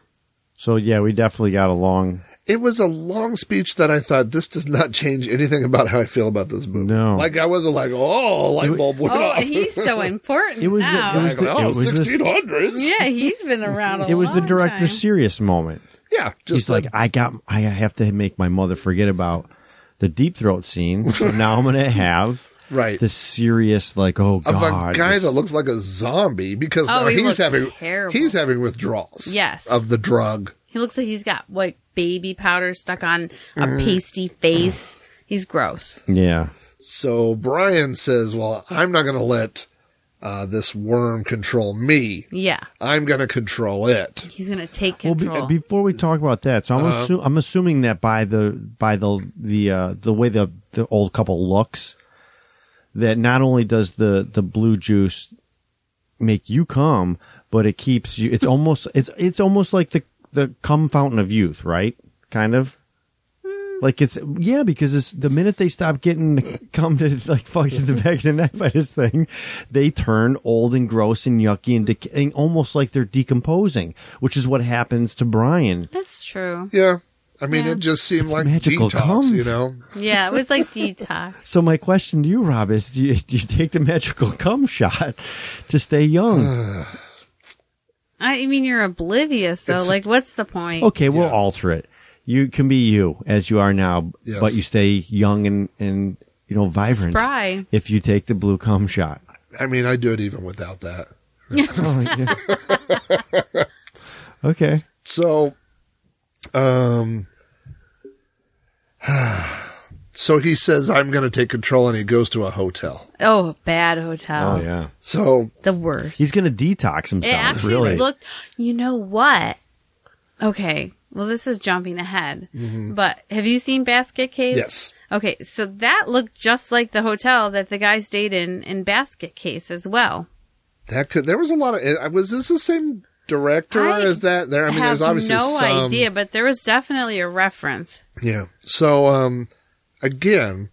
[SPEAKER 2] So yeah, we definitely got along.
[SPEAKER 3] it was a long speech that I thought this does not change anything about how I feel about this movie.
[SPEAKER 2] No.
[SPEAKER 3] Like I wasn't like, oh, light bulb went
[SPEAKER 1] Oh,
[SPEAKER 3] off.
[SPEAKER 1] he's so important.
[SPEAKER 2] It was the-
[SPEAKER 1] now.
[SPEAKER 2] it was
[SPEAKER 3] Like, oh,
[SPEAKER 2] it was this-
[SPEAKER 3] 1600s.
[SPEAKER 1] yeah, he's been around a
[SPEAKER 2] It was the
[SPEAKER 1] long
[SPEAKER 2] director's
[SPEAKER 1] time.
[SPEAKER 2] serious moment.
[SPEAKER 3] Yeah, Just
[SPEAKER 2] He's like, I got, I have to make my mother forget about the deep throat scene. So now I'm gonna have
[SPEAKER 3] right.
[SPEAKER 2] the serious, like, oh
[SPEAKER 3] of
[SPEAKER 2] god,
[SPEAKER 3] a guy
[SPEAKER 2] this-
[SPEAKER 3] that looks like a zombie because
[SPEAKER 1] Oh,
[SPEAKER 3] now
[SPEAKER 1] he
[SPEAKER 3] he's
[SPEAKER 1] looked
[SPEAKER 3] having
[SPEAKER 1] terrible.
[SPEAKER 3] he's having withdrawals.
[SPEAKER 1] Yes.
[SPEAKER 3] Of the drug.
[SPEAKER 1] He looks like he's got like baby powder stuck on a
[SPEAKER 2] Mm.
[SPEAKER 1] pasty face. He's gross.
[SPEAKER 2] yeah,
[SPEAKER 3] So Brian says, Well, I'm not gonna let uh, this worm control me.
[SPEAKER 1] Yeah.
[SPEAKER 3] I'm gonna control it.
[SPEAKER 1] He's going to take
[SPEAKER 2] Well, be-
[SPEAKER 1] control.
[SPEAKER 2] before we talk about that, so I'm, assu- I'm assuming that by the by the the uh, the way the the old couple looks, that not only does the the blue juice make you come, but it keeps you. It's almost it's it's almost like the the cum fountain of youth, right? Kind of. Like it's yeah, because it's the minute they stop getting come to like fucking the back of the neck by this thing, they turn old and gross and yucky and, dec- and almost like they're decomposing, which is what happens to Brian.
[SPEAKER 1] That's true.
[SPEAKER 3] Yeah. I mean,
[SPEAKER 1] Yeah.
[SPEAKER 3] it just seemed
[SPEAKER 2] It's
[SPEAKER 3] like
[SPEAKER 2] magical
[SPEAKER 3] detox,
[SPEAKER 2] cum.
[SPEAKER 3] you know?
[SPEAKER 1] Yeah, it was like detox.
[SPEAKER 2] So my question to you, Rob, is do you, do you take the magical cum shot to stay
[SPEAKER 3] Uh,
[SPEAKER 2] young?
[SPEAKER 1] I mean, you're oblivious though. like, what's the point?
[SPEAKER 2] Okay, we'll
[SPEAKER 3] Yeah.
[SPEAKER 2] alter it. You can be you as you are now,
[SPEAKER 3] Yes.
[SPEAKER 2] but you stay young and and you know vibrant
[SPEAKER 1] Spry.
[SPEAKER 2] if you take the blue cum shot.
[SPEAKER 3] I mean, I do it even without that.
[SPEAKER 2] Oh, yeah. okay.
[SPEAKER 3] So, um, so he says, I'm going to take control, and he goes to a hotel.
[SPEAKER 1] Oh, bad hotel.
[SPEAKER 2] Oh yeah.
[SPEAKER 3] So,
[SPEAKER 1] The worst.
[SPEAKER 2] He's gonna detox
[SPEAKER 1] It
[SPEAKER 2] himself.
[SPEAKER 1] actually
[SPEAKER 2] really.
[SPEAKER 1] looked. You know what? Okay. Well, this is jumping ahead. But have you seen Basket Case?
[SPEAKER 3] Mm-hmm. yes.
[SPEAKER 1] Okay, so that looked just like the hotel that the guy stayed in in Basket Case as well.
[SPEAKER 3] That could, there was a lot of, uh, was this the same director
[SPEAKER 1] I
[SPEAKER 3] as that? There, I mean,
[SPEAKER 1] have
[SPEAKER 3] there's obviously
[SPEAKER 1] no
[SPEAKER 3] some-
[SPEAKER 1] idea, but there was definitely a reference.
[SPEAKER 3] Yeah. So, um, again,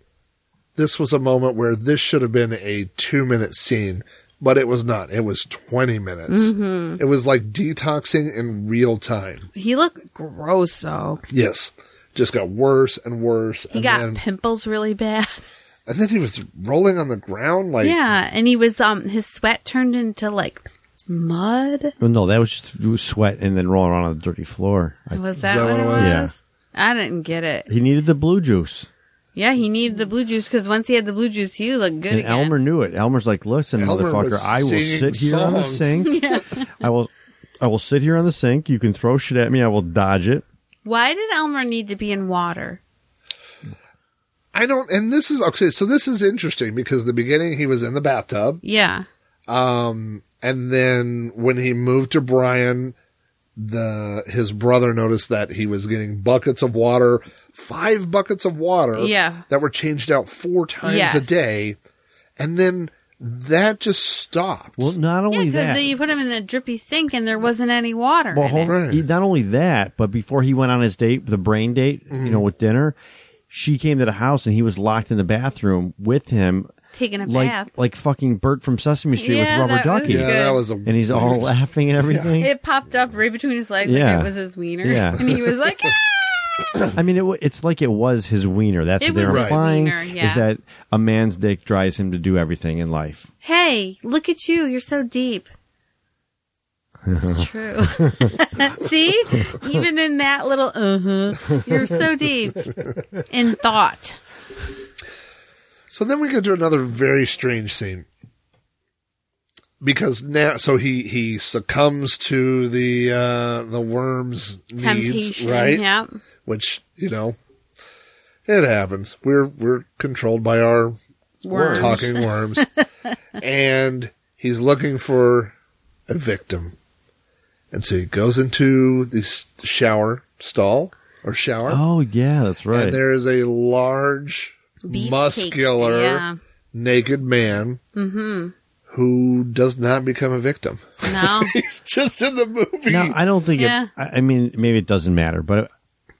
[SPEAKER 3] this was a moment where this should have been a two minute scene, but it was not. It was 20 minutes.
[SPEAKER 1] Mm-hmm.
[SPEAKER 3] It was like detoxing in real time.
[SPEAKER 1] He looked gross though.
[SPEAKER 3] Yes. Just got worse and worse.
[SPEAKER 1] He
[SPEAKER 3] and,
[SPEAKER 1] got
[SPEAKER 3] then,
[SPEAKER 1] pimples really bad.
[SPEAKER 3] and then he was rolling on the ground like,
[SPEAKER 1] yeah, and he was um his sweat turned into like mud.
[SPEAKER 2] Well, no, that was just sweat and then rolling around on the dirty floor. I,
[SPEAKER 1] Was that,
[SPEAKER 3] that
[SPEAKER 1] what it was?
[SPEAKER 2] Yeah.
[SPEAKER 1] I didn't get it.
[SPEAKER 2] he needed the blue juice.
[SPEAKER 1] Yeah, he needed the blue juice because once he had the blue juice, he looked good
[SPEAKER 2] And
[SPEAKER 1] again.
[SPEAKER 2] Elmer knew it. Elmer's like, "Listen,
[SPEAKER 3] Elmer
[SPEAKER 2] motherfucker,
[SPEAKER 3] was
[SPEAKER 2] I will
[SPEAKER 3] singing
[SPEAKER 2] sit here on the
[SPEAKER 3] songs.
[SPEAKER 2] sink. I will, I will sit here on the sink. You can throw shit at me. I will dodge it.
[SPEAKER 1] Why did Elmer need to be in water?
[SPEAKER 3] I don't, and this is, okay, so this is interesting because the beginning he was in the bathtub.
[SPEAKER 1] Yeah,
[SPEAKER 3] Um, and then when he moved to Brian, the his brother noticed that he was getting buckets of water, five buckets of water,
[SPEAKER 1] Yeah.
[SPEAKER 3] that were changed out four times a
[SPEAKER 1] Yes.
[SPEAKER 3] day, and then that just stopped.
[SPEAKER 2] Well, not
[SPEAKER 1] yeah,
[SPEAKER 2] only
[SPEAKER 1] because
[SPEAKER 2] that,
[SPEAKER 1] you put him in a drippy sink and there wasn't any water.
[SPEAKER 2] well,
[SPEAKER 1] in
[SPEAKER 2] hold
[SPEAKER 1] it.
[SPEAKER 2] on. He- not only that, but before he went on his date, the brain date,
[SPEAKER 3] Mm-hmm.
[SPEAKER 2] you know, with dinner, she came to the house and he was locked in the bathroom with him,
[SPEAKER 1] Taking a
[SPEAKER 2] like
[SPEAKER 1] bath.
[SPEAKER 2] like fucking Bert from Sesame Street
[SPEAKER 1] Yeah,
[SPEAKER 2] with Rubber
[SPEAKER 1] that was
[SPEAKER 2] Ducky,
[SPEAKER 3] yeah,
[SPEAKER 1] good.
[SPEAKER 3] that was a
[SPEAKER 2] and he's all laughing and everything.
[SPEAKER 1] It popped up right between his legs
[SPEAKER 2] Yeah.
[SPEAKER 1] like it was his wiener.
[SPEAKER 2] Yeah.
[SPEAKER 1] And he was like, "Ah!"
[SPEAKER 2] I mean, it, wa- it's like it was his wiener. That's
[SPEAKER 1] It
[SPEAKER 2] what they're
[SPEAKER 1] was his
[SPEAKER 2] implying
[SPEAKER 1] wiener,
[SPEAKER 2] is
[SPEAKER 1] yeah.
[SPEAKER 2] that a man's dick drives him to do everything in life.
[SPEAKER 1] hey, look at you. You're so deep. It's true. See? Even in that little uh huh, you're so deep in thought.
[SPEAKER 3] So then we get to another very strange scene. Because now, so he he succumbs to the uh the worm's needs,
[SPEAKER 1] Temptation.
[SPEAKER 3] right?
[SPEAKER 1] Yeah.
[SPEAKER 3] which you know it happens we're we're controlled by our
[SPEAKER 1] Worms.
[SPEAKER 3] talking worms and he's looking for a victim and so he goes into the s- shower stall or shower
[SPEAKER 2] Oh yeah, that's right.
[SPEAKER 3] and there is a large
[SPEAKER 1] Beefcake.
[SPEAKER 3] muscular
[SPEAKER 1] Yeah. Mm-hmm.
[SPEAKER 3] naked man who does not become a victim
[SPEAKER 1] No.
[SPEAKER 3] he's just in the movie
[SPEAKER 2] Now I don't think
[SPEAKER 1] Yeah.
[SPEAKER 2] it. I I mean, maybe it doesn't matter, but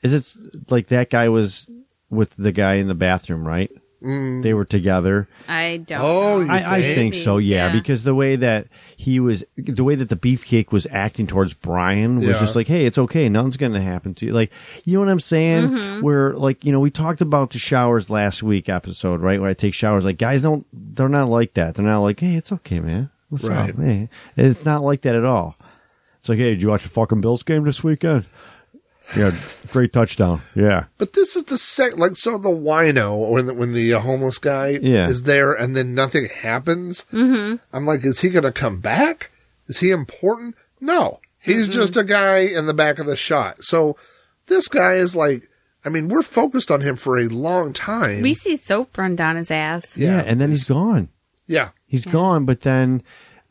[SPEAKER 2] is it like that guy was with the guy in the bathroom, right? They were together.
[SPEAKER 1] I don't.
[SPEAKER 3] Oh,
[SPEAKER 1] know.
[SPEAKER 3] You
[SPEAKER 2] I, I
[SPEAKER 3] think?
[SPEAKER 2] think so, yeah,
[SPEAKER 1] Yeah.
[SPEAKER 2] Because the way that he was, the way that the beefcake was acting towards Brian was
[SPEAKER 3] Yeah.
[SPEAKER 2] just like, "Hey, it's okay. Nothing's going to happen to you." Like, you know what I'm saying? Where like, you know, we talked about the showers last week episode, right? Where I take showers. Like, guys don't, they're not like that. They're not like, "Hey, it's okay, man. What's
[SPEAKER 3] Right.
[SPEAKER 2] up, man?" It's not like that at all. It's like, "Hey, did you watch the fucking Bills game this weekend?" Yeah, great touchdown. Yeah.
[SPEAKER 3] But this is the sec like so the wino when the, when the uh, homeless guy
[SPEAKER 2] Yeah.
[SPEAKER 3] is there and then nothing happens. Mm-hmm. I'm like, is he gonna come back? Is he important? No, he's
[SPEAKER 1] Mm-hmm.
[SPEAKER 3] just a guy in the back of the shot. So this guy is like, I mean, we're focused on him for a long time.
[SPEAKER 1] We see soap run down his ass.
[SPEAKER 2] Yeah, and then he's gone.
[SPEAKER 3] yeah,
[SPEAKER 2] He's gone, but then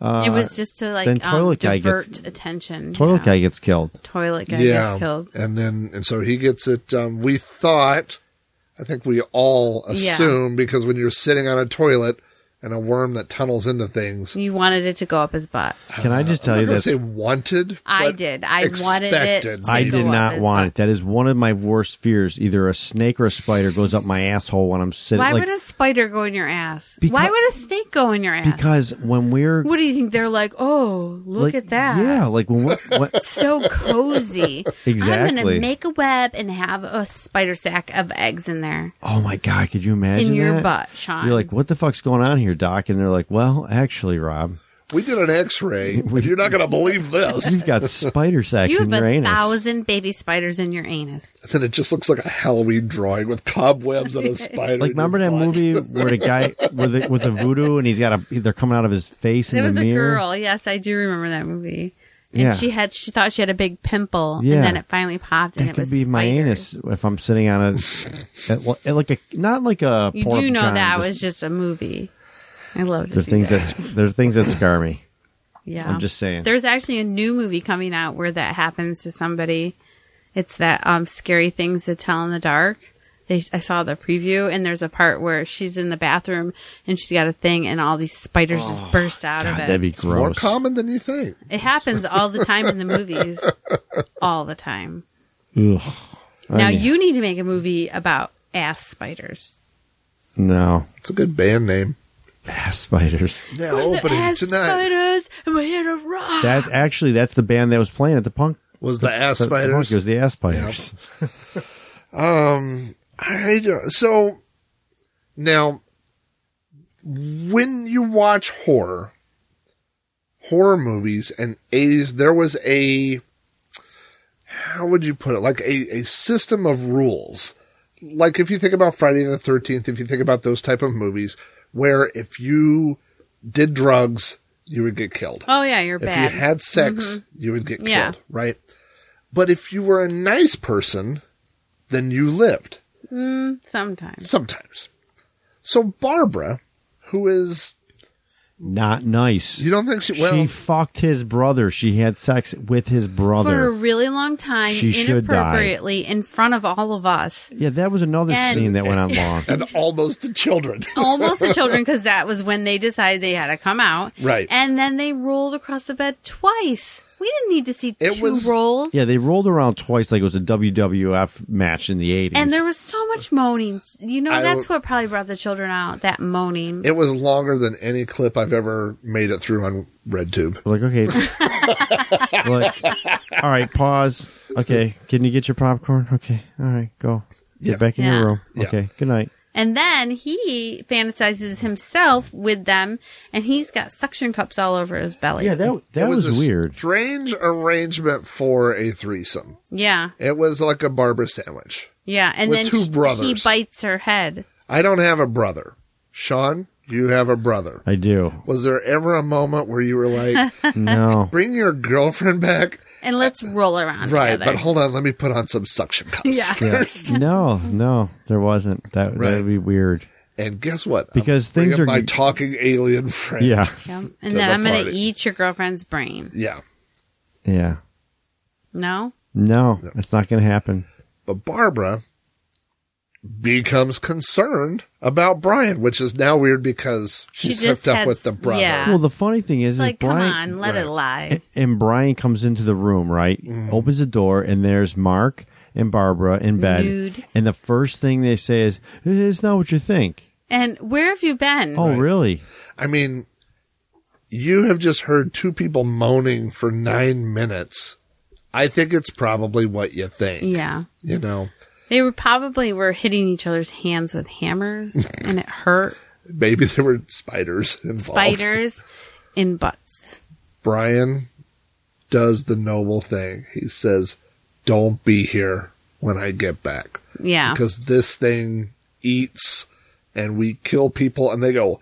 [SPEAKER 1] it was just to like
[SPEAKER 2] then
[SPEAKER 1] um,
[SPEAKER 2] toilet guy gets-
[SPEAKER 1] divert attention.
[SPEAKER 2] toilet
[SPEAKER 1] yeah.
[SPEAKER 2] guy gets killed.
[SPEAKER 1] Toilet guy
[SPEAKER 3] yeah,
[SPEAKER 1] gets killed.
[SPEAKER 3] and then and so he gets it. Um, we thought, I think we all
[SPEAKER 1] Yeah.
[SPEAKER 3] assume because when you're sitting on a toilet, and a worm that tunnels into things.
[SPEAKER 1] You wanted it to go up his butt.
[SPEAKER 2] Can I just tell
[SPEAKER 3] I'm
[SPEAKER 2] you
[SPEAKER 3] not gonna
[SPEAKER 2] this?
[SPEAKER 3] say wanted.
[SPEAKER 1] I
[SPEAKER 3] but
[SPEAKER 1] did. I wanted it.
[SPEAKER 3] expected.
[SPEAKER 1] to
[SPEAKER 2] I
[SPEAKER 1] go
[SPEAKER 2] did
[SPEAKER 1] up
[SPEAKER 2] not
[SPEAKER 1] his
[SPEAKER 2] want
[SPEAKER 1] butt.
[SPEAKER 2] it. That is one of my worst fears. Either a snake or a spider goes up my asshole when I'm sitting.
[SPEAKER 1] Why
[SPEAKER 2] like,
[SPEAKER 1] would a spider go in your ass?
[SPEAKER 2] Because-
[SPEAKER 1] Why would a snake go in your ass?
[SPEAKER 2] because when we're
[SPEAKER 1] what do you think? They're like, oh, look
[SPEAKER 2] like,
[SPEAKER 1] at that.
[SPEAKER 2] Yeah, like when we're, when,
[SPEAKER 1] So cozy. I'm going
[SPEAKER 2] Exactly.
[SPEAKER 1] to make a web and have a spider sack of eggs in there.
[SPEAKER 2] oh my god, could you imagine
[SPEAKER 1] in your
[SPEAKER 2] that?
[SPEAKER 1] butt, Sean.
[SPEAKER 2] You're like, what the fuck's going on here, Doc? And they're like, well, actually, Rob,
[SPEAKER 3] We did an X-ray. You're not going to believe this.
[SPEAKER 2] you've got spider sacks
[SPEAKER 1] you
[SPEAKER 2] in
[SPEAKER 1] have
[SPEAKER 2] your
[SPEAKER 1] a
[SPEAKER 2] anus.
[SPEAKER 1] thousand baby spiders in your anus.
[SPEAKER 3] then it just looks like a Halloween drawing with cobwebs and a spider.
[SPEAKER 2] Like
[SPEAKER 3] in your
[SPEAKER 2] remember that
[SPEAKER 3] butt.
[SPEAKER 2] movie where the guy with the, with the voodoo and he's got a they're coming out of his face in
[SPEAKER 1] There was
[SPEAKER 2] the
[SPEAKER 1] a
[SPEAKER 2] mirror.
[SPEAKER 1] girl. Yes, I do remember that movie. And
[SPEAKER 2] Yeah.
[SPEAKER 1] she had she thought she had a big pimple,
[SPEAKER 2] Yeah.
[SPEAKER 1] and then it finally popped, and
[SPEAKER 2] That
[SPEAKER 1] it
[SPEAKER 2] could
[SPEAKER 1] was
[SPEAKER 2] be my
[SPEAKER 1] spiders.
[SPEAKER 2] anus if I'm sitting on a, at, well, at like a not like a.
[SPEAKER 1] You
[SPEAKER 2] pork
[SPEAKER 1] do know
[SPEAKER 2] john,
[SPEAKER 1] that
[SPEAKER 2] just-
[SPEAKER 1] was just a movie. I loved it.
[SPEAKER 2] There's things that there's things that scar me.
[SPEAKER 1] yeah.
[SPEAKER 2] I'm just saying.
[SPEAKER 1] There's actually a new movie coming out where that happens to somebody. It's that um scary things to tell in the dark. They, I saw the preview, and there's a part where she's in the bathroom and she's got a thing, and all these spiders just burst out
[SPEAKER 2] Oh, God,
[SPEAKER 1] of it.
[SPEAKER 2] that'd be
[SPEAKER 3] More
[SPEAKER 2] gross.
[SPEAKER 3] common than you think.
[SPEAKER 1] It happens all the time in the movies. All the time.
[SPEAKER 2] Ugh.
[SPEAKER 1] Now
[SPEAKER 2] Oh, yeah.
[SPEAKER 1] you need to make a movie about ass spiders.
[SPEAKER 2] No,
[SPEAKER 3] It's a good band name.
[SPEAKER 2] ass spiders.
[SPEAKER 3] Now
[SPEAKER 1] We're the
[SPEAKER 3] opening
[SPEAKER 1] ass
[SPEAKER 3] tonight
[SPEAKER 1] spiders, and we're here to rock.
[SPEAKER 2] That actually, that's the band that was playing at the punk.
[SPEAKER 3] was the ass
[SPEAKER 2] the- the punk,
[SPEAKER 3] spiders.
[SPEAKER 2] It was the ass spiders.
[SPEAKER 3] Um, I don't- so now when you watch horror horror movies and 80s, there was a how would you put it like a, a system of rules. Like if you think about Friday the 13th, if you think about those type of movies where if you did drugs, you would get killed.
[SPEAKER 1] oh yeah, you're
[SPEAKER 3] If
[SPEAKER 1] bad. Mm-hmm.
[SPEAKER 3] you had sex, you would get
[SPEAKER 1] Yeah.
[SPEAKER 3] killed, right? But if you were a nice person, then you lived
[SPEAKER 1] mm, sometimes.
[SPEAKER 3] sometimes. So Barbara, who is
[SPEAKER 2] Not nice.
[SPEAKER 3] you don't think she well
[SPEAKER 2] she fucked his brother. She had sex with his
[SPEAKER 1] For a
[SPEAKER 2] brother.
[SPEAKER 1] really long time,
[SPEAKER 2] She should die.
[SPEAKER 1] inappropriately in front of all of us.
[SPEAKER 2] yeah, that was another
[SPEAKER 1] And-
[SPEAKER 2] scene that went on long.
[SPEAKER 3] and almost the children.
[SPEAKER 1] Almost the children, because that was when they decided they had to come out.
[SPEAKER 3] Right.
[SPEAKER 1] And then they rolled across the bed twice. We didn't need to see
[SPEAKER 3] It
[SPEAKER 1] two
[SPEAKER 3] was-
[SPEAKER 1] rolls.
[SPEAKER 2] Yeah, they rolled around twice like it was a WWF match in the eighties.
[SPEAKER 1] And there was so much moaning. You know,
[SPEAKER 3] I
[SPEAKER 1] that's
[SPEAKER 3] w-
[SPEAKER 1] what probably brought the children out, that moaning.
[SPEAKER 3] it was longer than any clip I've ever made it through on RedTube.
[SPEAKER 2] like okay, like all right, pause. Okay, can you get your popcorn? Okay, all right, go get
[SPEAKER 3] Yeah.
[SPEAKER 2] back in
[SPEAKER 1] Yeah.
[SPEAKER 2] your room.
[SPEAKER 3] Yeah.
[SPEAKER 2] Okay, good night.
[SPEAKER 1] And then he fantasizes himself with them, and he's got suction cups all over his belly.
[SPEAKER 2] Yeah, that
[SPEAKER 3] It
[SPEAKER 2] that was,
[SPEAKER 3] a
[SPEAKER 2] weird.
[SPEAKER 3] Strange arrangement for a threesome.
[SPEAKER 1] yeah,
[SPEAKER 3] It was like a Barbara sandwich.
[SPEAKER 1] yeah. And
[SPEAKER 3] With
[SPEAKER 1] then
[SPEAKER 3] two
[SPEAKER 1] sh- he
[SPEAKER 3] brothers.
[SPEAKER 1] bites her head.
[SPEAKER 3] I don't have a brother. Sean, you have a brother.
[SPEAKER 2] I do.
[SPEAKER 3] Was there ever a moment where you were like,
[SPEAKER 2] No.
[SPEAKER 3] bring your girlfriend back?
[SPEAKER 1] And let's roll around
[SPEAKER 3] Right,
[SPEAKER 1] together.
[SPEAKER 3] but hold on, let me put on some suction cups
[SPEAKER 1] Yeah.
[SPEAKER 2] Yeah.
[SPEAKER 3] first.
[SPEAKER 2] No, no, there wasn't. That that
[SPEAKER 3] Right.
[SPEAKER 2] would be weird.
[SPEAKER 3] And guess what?
[SPEAKER 2] Because things
[SPEAKER 3] bringing
[SPEAKER 2] are-
[SPEAKER 3] my talking alien friend.
[SPEAKER 2] Yeah,
[SPEAKER 1] Yeah.
[SPEAKER 3] to
[SPEAKER 1] And then
[SPEAKER 3] the
[SPEAKER 1] I'm going to
[SPEAKER 3] party.
[SPEAKER 1] eat your girlfriend's brain.
[SPEAKER 3] Yeah.
[SPEAKER 2] yeah.
[SPEAKER 1] No?
[SPEAKER 2] No, it's not going to happen.
[SPEAKER 3] But Barbara becomes concerned about Brian, which is now weird because
[SPEAKER 1] She
[SPEAKER 3] she's
[SPEAKER 1] just
[SPEAKER 3] hooked up
[SPEAKER 1] had
[SPEAKER 3] with the
[SPEAKER 1] s-
[SPEAKER 3] brother.
[SPEAKER 1] yeah.
[SPEAKER 2] Well, the funny thing is,
[SPEAKER 1] It's
[SPEAKER 2] is
[SPEAKER 1] like,
[SPEAKER 2] Brian
[SPEAKER 1] come on, let it lie.
[SPEAKER 2] and Brian comes into the room, right?
[SPEAKER 3] Mm.
[SPEAKER 2] Opens the door, and there's Mark and Barbara in bed.
[SPEAKER 1] Nude.
[SPEAKER 2] And the first thing they say is, "It's not what you think."
[SPEAKER 1] And where have you been?
[SPEAKER 2] Oh, really?
[SPEAKER 3] I mean, you have just heard two people moaning for nine minutes. I think it's probably what you think.
[SPEAKER 1] Yeah.
[SPEAKER 3] You know,
[SPEAKER 1] They were probably were hitting each other's hands with hammers, and it hurt.
[SPEAKER 3] maybe there were spiders involved.
[SPEAKER 1] Spiders in butts.
[SPEAKER 3] Brian does the noble thing. He says, Don't be here when I get back.
[SPEAKER 1] Yeah.
[SPEAKER 3] Because this thing eats and we kill people. And they go,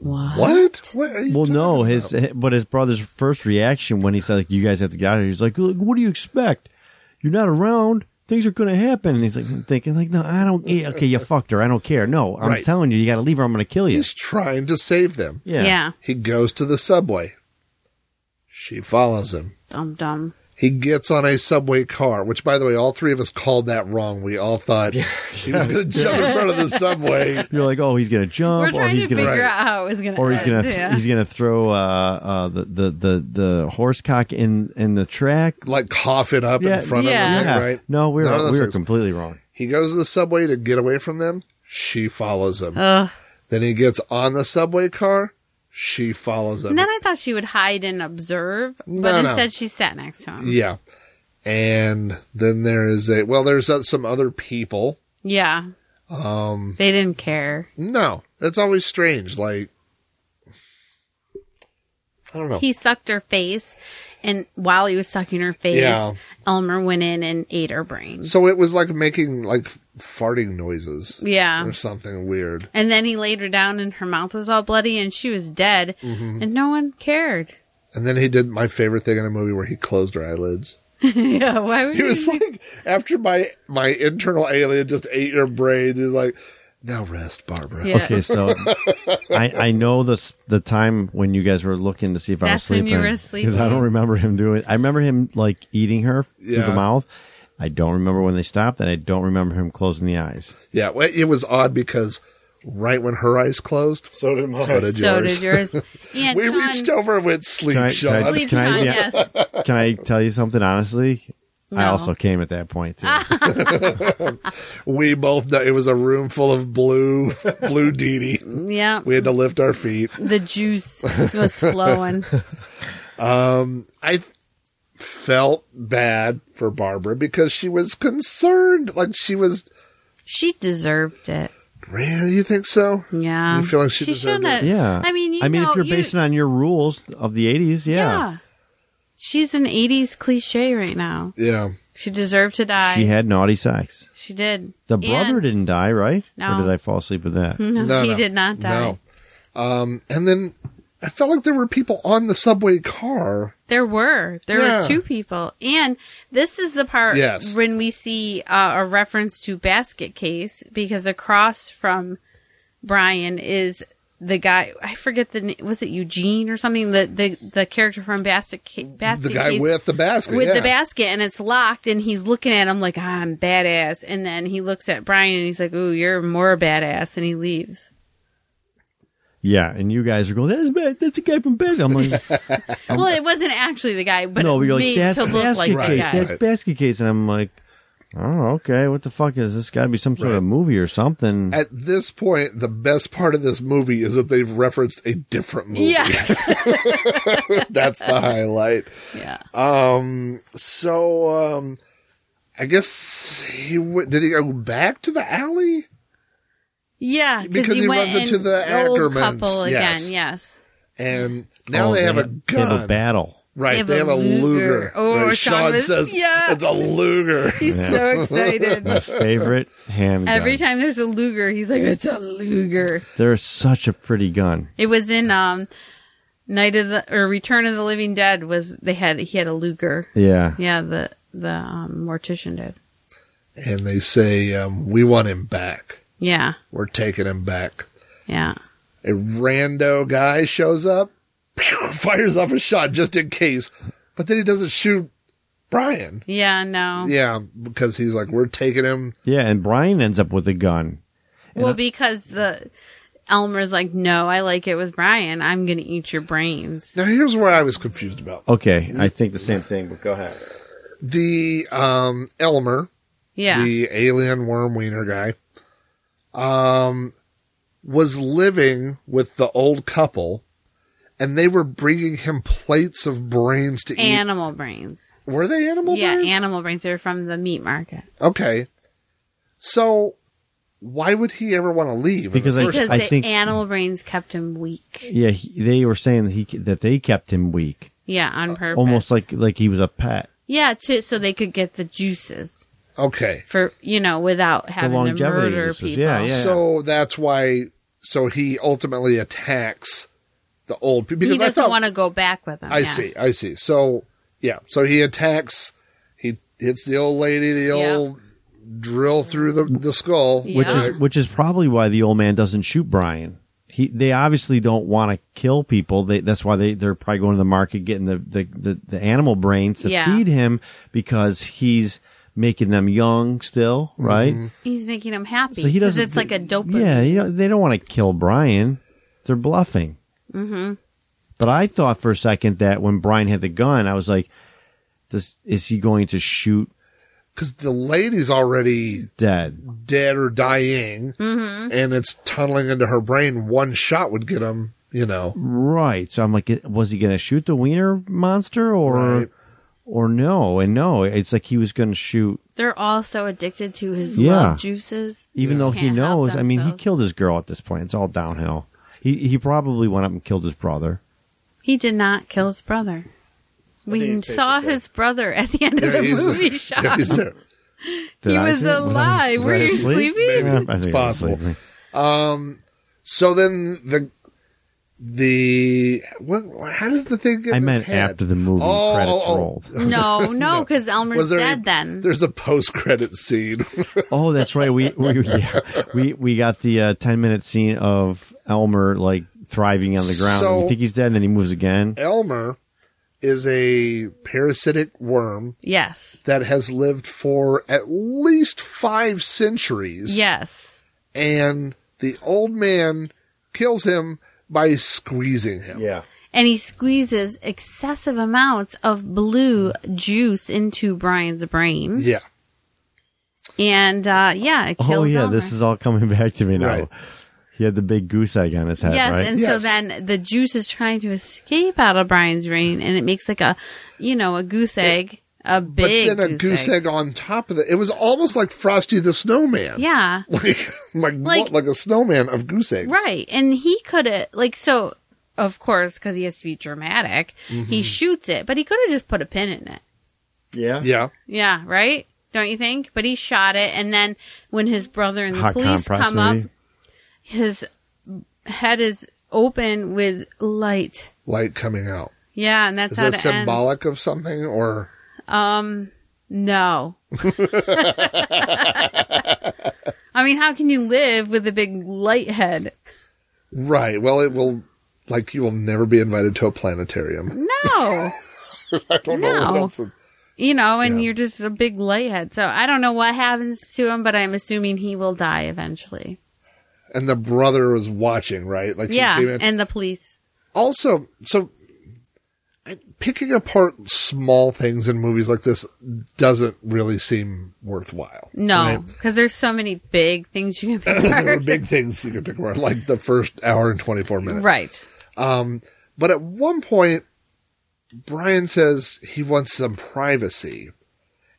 [SPEAKER 1] What?
[SPEAKER 3] What? What are you
[SPEAKER 2] Well,
[SPEAKER 3] talking
[SPEAKER 2] no.
[SPEAKER 3] about?"
[SPEAKER 2] His but his brother's first reaction when he said, like, "You guys have to get out of here," he's like, "Look, "What do you expect? You're not around." Things are going to happen, and he's like thinking, like, no, I don't. yeah, Okay, you fucked her. I don't care. No, I'm
[SPEAKER 3] Right.
[SPEAKER 2] telling you, you got to leave her. I'm going to kill you.
[SPEAKER 3] He's trying to save them.
[SPEAKER 1] Yeah.
[SPEAKER 3] He goes to the subway. She follows him.
[SPEAKER 1] Dum dum.
[SPEAKER 3] He gets on a subway car, which, by the way, all three of us called that wrong. We all thought he was going to jump in front of the subway.
[SPEAKER 2] You're like, oh, he's gonna
[SPEAKER 1] We're
[SPEAKER 2] jump, or
[SPEAKER 1] trying
[SPEAKER 2] he's
[SPEAKER 1] to figure
[SPEAKER 2] gonna,
[SPEAKER 1] out how it was going to
[SPEAKER 2] or he's gonna,
[SPEAKER 1] end, yeah.
[SPEAKER 2] he's gonna throw uh, uh, the, the the the horse cock in in the track.
[SPEAKER 3] Like cough it up
[SPEAKER 2] Yeah,
[SPEAKER 3] in front
[SPEAKER 1] yeah.
[SPEAKER 3] of him,
[SPEAKER 2] Yeah,
[SPEAKER 3] right?
[SPEAKER 2] no, we
[SPEAKER 3] None of
[SPEAKER 2] were
[SPEAKER 3] those
[SPEAKER 2] we were
[SPEAKER 3] things.
[SPEAKER 2] completely wrong.
[SPEAKER 3] He goes to the subway to get away from them. She follows him.
[SPEAKER 1] Ugh.
[SPEAKER 3] Then he gets on the subway car. She follows him.
[SPEAKER 1] And then I thought she would hide and observe, but
[SPEAKER 3] No, no.
[SPEAKER 1] instead she sat next to him. Yeah.
[SPEAKER 3] yeah. And then there is a well, there's uh, some other people. Um,
[SPEAKER 1] They didn't care.
[SPEAKER 3] no, that's always strange. Like, I don't know.
[SPEAKER 1] He sucked her face, and while he was sucking her face,
[SPEAKER 3] Yeah.
[SPEAKER 1] Elmer went in and ate her brain.
[SPEAKER 3] so it was like making like farting noises
[SPEAKER 1] Yeah.
[SPEAKER 3] or something weird.
[SPEAKER 1] And then he laid her down, and her mouth was all bloody, and she was dead, and no one cared.
[SPEAKER 3] And then he did my favorite thing in a movie where he closed her eyelids.
[SPEAKER 1] yeah, why would
[SPEAKER 3] He
[SPEAKER 1] you?
[SPEAKER 3] was like, after my my internal alien just ate your brains. He's like, now rest, Barbara.
[SPEAKER 1] Yeah.
[SPEAKER 2] Okay, so I, I know the s- the time when you guys were looking to see if I was
[SPEAKER 1] That's when
[SPEAKER 2] sleeping.
[SPEAKER 1] you were
[SPEAKER 2] Because I
[SPEAKER 1] sleeping.
[SPEAKER 2] don't remember him doing. I remember him like eating her through
[SPEAKER 3] Yeah.
[SPEAKER 2] the mouth. I don't remember when they stopped, and I don't remember him closing the eyes.
[SPEAKER 3] Yeah, well, it was odd because right when her eyes closed,
[SPEAKER 2] So did
[SPEAKER 3] so did
[SPEAKER 1] so
[SPEAKER 3] yours.
[SPEAKER 1] did yours. And
[SPEAKER 3] we
[SPEAKER 1] Sean,
[SPEAKER 3] reached over and went sleep,
[SPEAKER 2] Can I-
[SPEAKER 3] Sean.
[SPEAKER 2] can I-
[SPEAKER 1] Sleep,
[SPEAKER 2] I-
[SPEAKER 1] Sean,
[SPEAKER 2] yeah.
[SPEAKER 1] yes.
[SPEAKER 2] Can I tell you something honestly? I
[SPEAKER 1] No. Ah,
[SPEAKER 2] also came at that point too.
[SPEAKER 3] we both know it was a room full of blue, blue Dee Dee.
[SPEAKER 1] Yeah.
[SPEAKER 3] We had to lift our feet.
[SPEAKER 1] the juice was flowing.
[SPEAKER 3] I th- felt bad for Barbara because she was concerned. Like she was,
[SPEAKER 1] she deserved it.
[SPEAKER 3] really, you think so?
[SPEAKER 1] Yeah.
[SPEAKER 3] You feel like she deserved
[SPEAKER 1] shouldn't
[SPEAKER 3] it?
[SPEAKER 1] have-
[SPEAKER 2] yeah,
[SPEAKER 1] I mean, you
[SPEAKER 2] I mean,
[SPEAKER 1] know,
[SPEAKER 2] if you're
[SPEAKER 1] you-
[SPEAKER 2] basing it on your rules of the '80s, yeah,
[SPEAKER 1] She's an 80s cliche right now.
[SPEAKER 3] Yeah.
[SPEAKER 1] She deserved to die.
[SPEAKER 2] she had naughty sex.
[SPEAKER 1] She did.
[SPEAKER 2] The brother
[SPEAKER 1] And-
[SPEAKER 2] didn't die, right?
[SPEAKER 1] No. Hmm.
[SPEAKER 2] Or did I fall asleep with that?
[SPEAKER 1] No,
[SPEAKER 3] No,
[SPEAKER 1] he
[SPEAKER 3] no.
[SPEAKER 1] did not die.
[SPEAKER 3] No. Um, and then I felt like there were people on the subway car.
[SPEAKER 1] There were. There
[SPEAKER 3] Yeah.
[SPEAKER 1] were two people. And this is the part
[SPEAKER 3] Yes.
[SPEAKER 1] when we see uh, a reference to Basket Case because across from Brian is the guy I forget the name was it Eugene or something the the, the character from Basket Ca- Basket
[SPEAKER 3] The guy
[SPEAKER 1] Case
[SPEAKER 3] with the basket.
[SPEAKER 1] with
[SPEAKER 3] yeah.
[SPEAKER 1] the basket and it's locked and he's looking at him like I'm badass and then he looks at Brian and he's like ooh you're more badass and he leaves.
[SPEAKER 2] Yeah, and you guys are going, that's bad. That's the guy from Basket. I'm like,
[SPEAKER 1] well, it wasn't actually the guy, but
[SPEAKER 2] no,
[SPEAKER 1] it
[SPEAKER 2] but you're like,
[SPEAKER 1] made
[SPEAKER 2] that's
[SPEAKER 1] to look
[SPEAKER 2] basket
[SPEAKER 1] like the
[SPEAKER 2] case.
[SPEAKER 1] guy.
[SPEAKER 2] That's
[SPEAKER 3] Right.
[SPEAKER 2] basket case, and I'm like, oh, okay. What the fuck is this? Got to be some sort
[SPEAKER 3] Right.
[SPEAKER 2] of movie or something.
[SPEAKER 3] At this point, the best part of this movie is that they've referenced a different movie.
[SPEAKER 1] Yeah,
[SPEAKER 3] That's the highlight.
[SPEAKER 1] yeah.
[SPEAKER 3] Um, so, um, I guess he w- did he go back to the alley?
[SPEAKER 1] Yeah,
[SPEAKER 3] Because he
[SPEAKER 1] went
[SPEAKER 3] runs into
[SPEAKER 1] in
[SPEAKER 3] the
[SPEAKER 1] old
[SPEAKER 3] Ackermans.
[SPEAKER 1] couple
[SPEAKER 3] Yes.
[SPEAKER 1] again. Yes,
[SPEAKER 3] And now
[SPEAKER 2] Oh,
[SPEAKER 3] they, have, a
[SPEAKER 2] ha-
[SPEAKER 3] gun.
[SPEAKER 2] They have a battle.
[SPEAKER 3] right. They have, a Luger.
[SPEAKER 1] Oh,
[SPEAKER 3] right.
[SPEAKER 1] Sean was-
[SPEAKER 3] says
[SPEAKER 1] yeah.
[SPEAKER 3] it's a Luger.
[SPEAKER 1] he's so excited.
[SPEAKER 2] My favorite handgun.
[SPEAKER 1] Every time there's a Luger, he's like, "It's a Luger."
[SPEAKER 2] They're such a pretty gun.
[SPEAKER 1] It was in um, Night of the or Return of the Living Dead. Was they had he had a Luger?
[SPEAKER 2] Yeah.
[SPEAKER 1] Yeah, the the um, mortician did.
[SPEAKER 3] and they say, um, we want him back.
[SPEAKER 1] Yeah,
[SPEAKER 3] We're taking him back.
[SPEAKER 1] yeah.
[SPEAKER 3] A rando guy shows up, fires off a shot just in case, but then he doesn't shoot Brian.
[SPEAKER 1] Yeah, no.
[SPEAKER 3] Yeah, because he's like, we're taking him.
[SPEAKER 2] Yeah, and Brian ends up with a gun.
[SPEAKER 1] well, because the Elmer's like, no, I like it with Brian. I'm gonna eat your brains.
[SPEAKER 3] Now, here's where I was confused about
[SPEAKER 2] Okay, I think the same thing, but go ahead.
[SPEAKER 3] the um, Elmer,
[SPEAKER 1] Yeah,
[SPEAKER 3] the alien worm wiener guy, um, was living with the old couple, and they were bringing him plates of brains to eat.
[SPEAKER 1] animal brains.
[SPEAKER 3] Were they animal
[SPEAKER 1] yeah,
[SPEAKER 3] brains?
[SPEAKER 1] animal brains. They're from the meat market.
[SPEAKER 3] okay, so why would he ever want to leave? in the
[SPEAKER 2] Because I-
[SPEAKER 3] first-
[SPEAKER 1] Because
[SPEAKER 2] I
[SPEAKER 1] the
[SPEAKER 2] think-
[SPEAKER 1] animal brains kept him weak.
[SPEAKER 2] Yeah, he, they were saying that he that they kept him weak,
[SPEAKER 1] Yeah, on purpose.
[SPEAKER 2] almost like like he was a pet.
[SPEAKER 1] yeah, to, so they could get the juices
[SPEAKER 3] okay,
[SPEAKER 1] for you know without having to
[SPEAKER 2] longevity
[SPEAKER 1] murder
[SPEAKER 2] juices,
[SPEAKER 1] people.
[SPEAKER 2] yeah, yeah.
[SPEAKER 3] So that's why. So he ultimately attacks the old people
[SPEAKER 1] He
[SPEAKER 3] because I
[SPEAKER 1] doesn't
[SPEAKER 3] thought.
[SPEAKER 1] want to go back with them.
[SPEAKER 3] I
[SPEAKER 1] yeah.
[SPEAKER 3] see. I see. So yeah. So he attacks. He hits the old lady. The
[SPEAKER 1] Yeah.
[SPEAKER 3] old drill through the the skull.
[SPEAKER 1] Yeah.
[SPEAKER 2] which is which is probably why the old man doesn't shoot Brian. He, they obviously don't want to kill people. They, that's why they, they're probably going to the market getting the, the, the, the animal brains to
[SPEAKER 1] Yeah.
[SPEAKER 2] feed him because he's making them young still, right?
[SPEAKER 1] He's making him happy.
[SPEAKER 2] So he
[SPEAKER 1] because
[SPEAKER 2] doesn't.
[SPEAKER 1] it's like a dopamine.
[SPEAKER 2] Yeah, you know, they don't want to kill Brian. They're bluffing. Mm-hmm. But I thought for a second that when Brian had the gun, I was like, "Does is he going to shoot
[SPEAKER 3] because the lady's already
[SPEAKER 2] dead?"
[SPEAKER 3] dead or dying,
[SPEAKER 1] Mm-hmm.
[SPEAKER 3] and it's tunneling into her brain. One shot would get him, you know.
[SPEAKER 2] Right. So I'm like, was he going to shoot the wiener monster or
[SPEAKER 3] Right.
[SPEAKER 2] or no? And no, it's like he was going to shoot,
[SPEAKER 1] They're all so addicted to his
[SPEAKER 2] Yeah.
[SPEAKER 1] love juices.
[SPEAKER 2] even though he
[SPEAKER 1] Can't help
[SPEAKER 2] knows. I mean, he
[SPEAKER 1] themselves.
[SPEAKER 2] killed his girl at this point. It's all downhill. He he probably went up and killed his brother.
[SPEAKER 1] He did not kill his brother. We
[SPEAKER 4] it's safe
[SPEAKER 1] saw
[SPEAKER 4] to say.
[SPEAKER 1] his brother at the end of the
[SPEAKER 3] he's-
[SPEAKER 1] movie shot.
[SPEAKER 3] Yeah, he's there.
[SPEAKER 1] he
[SPEAKER 2] I
[SPEAKER 1] was
[SPEAKER 2] say- I-
[SPEAKER 1] alive.
[SPEAKER 2] was
[SPEAKER 1] Were
[SPEAKER 2] I
[SPEAKER 1] you
[SPEAKER 2] asleep?
[SPEAKER 1] sleeping?
[SPEAKER 2] Yeah, I think I was
[SPEAKER 3] possible.
[SPEAKER 2] sleeping.
[SPEAKER 3] Um, So then the the what? How does the thing? Get
[SPEAKER 2] I
[SPEAKER 3] in his
[SPEAKER 2] meant
[SPEAKER 3] head?
[SPEAKER 2] after the movie
[SPEAKER 3] Oh,
[SPEAKER 2] credits
[SPEAKER 3] oh, oh.
[SPEAKER 2] rolled.
[SPEAKER 1] No, no, because Elmer's dead
[SPEAKER 3] a-
[SPEAKER 1] then.
[SPEAKER 3] There's a post credit scene.
[SPEAKER 2] Oh, that's right. We we yeah, we, we got the uh, ten minute scene of Elmer like thriving on the ground.
[SPEAKER 3] So-
[SPEAKER 2] we think he's dead, and then he moves again.
[SPEAKER 3] Elmer is a parasitic worm
[SPEAKER 1] Yes.
[SPEAKER 3] that has lived for at least five centuries.
[SPEAKER 1] Yes.
[SPEAKER 3] And the old man kills him by squeezing him.
[SPEAKER 2] Yeah.
[SPEAKER 1] And he squeezes excessive amounts of blue juice into Brian's brain.
[SPEAKER 3] Yeah.
[SPEAKER 1] And uh, yeah, it kills
[SPEAKER 2] Oh yeah,
[SPEAKER 1] Elmer.
[SPEAKER 2] this is all coming back to me now.
[SPEAKER 3] Right.
[SPEAKER 2] He had the big goose egg on his head,
[SPEAKER 1] Yes,
[SPEAKER 2] right?
[SPEAKER 1] and so
[SPEAKER 3] Yes.
[SPEAKER 1] then the juice is trying to escape out of Brian's brain, and it makes like a, you know, a goose egg, a
[SPEAKER 3] But
[SPEAKER 1] big
[SPEAKER 3] then a goose, egg. on top of it. It was almost like Frosty the Snowman.
[SPEAKER 1] Yeah,
[SPEAKER 3] Like, like,
[SPEAKER 1] Like-
[SPEAKER 3] what? like a snowman of goose eggs.
[SPEAKER 1] right. And he could have like so, of course, because he has to be dramatic.
[SPEAKER 3] Mm-hmm.
[SPEAKER 1] He shoots it, but he could have just put a pin in it.
[SPEAKER 2] yeah.
[SPEAKER 3] Yeah.
[SPEAKER 1] Yeah, right. Don't you think? But he shot it, and then when his brother and the
[SPEAKER 2] Hot
[SPEAKER 1] police
[SPEAKER 2] compress
[SPEAKER 1] come up,
[SPEAKER 2] maybe?
[SPEAKER 1] his head is open with light. Light
[SPEAKER 3] coming out.
[SPEAKER 1] Yeah, and that's
[SPEAKER 3] Is
[SPEAKER 1] how
[SPEAKER 3] that
[SPEAKER 1] it ends.
[SPEAKER 3] symbolic of something or
[SPEAKER 1] Um, no. I mean, how can you live with a big light head?
[SPEAKER 3] right? Well, it will. Like you will never be invited to a planetarium.
[SPEAKER 1] No.
[SPEAKER 3] I don't know what
[SPEAKER 1] No.
[SPEAKER 3] else.
[SPEAKER 1] you know, and you're just a big light head. So I don't know what happens to him, but I'm assuming he will die eventually.
[SPEAKER 3] And the brother was watching, right? Like he
[SPEAKER 1] yeah,
[SPEAKER 3] came in-
[SPEAKER 1] and the police.
[SPEAKER 3] also so I- picking apart small things in movies like this doesn't really seem worthwhile
[SPEAKER 1] No,
[SPEAKER 3] right?
[SPEAKER 1] because there's so many big things you can pick
[SPEAKER 3] there are
[SPEAKER 1] apart.
[SPEAKER 3] big things you can pick apart like the first hour and 24 minutes
[SPEAKER 1] right.
[SPEAKER 3] um but at one point brian says he wants some privacy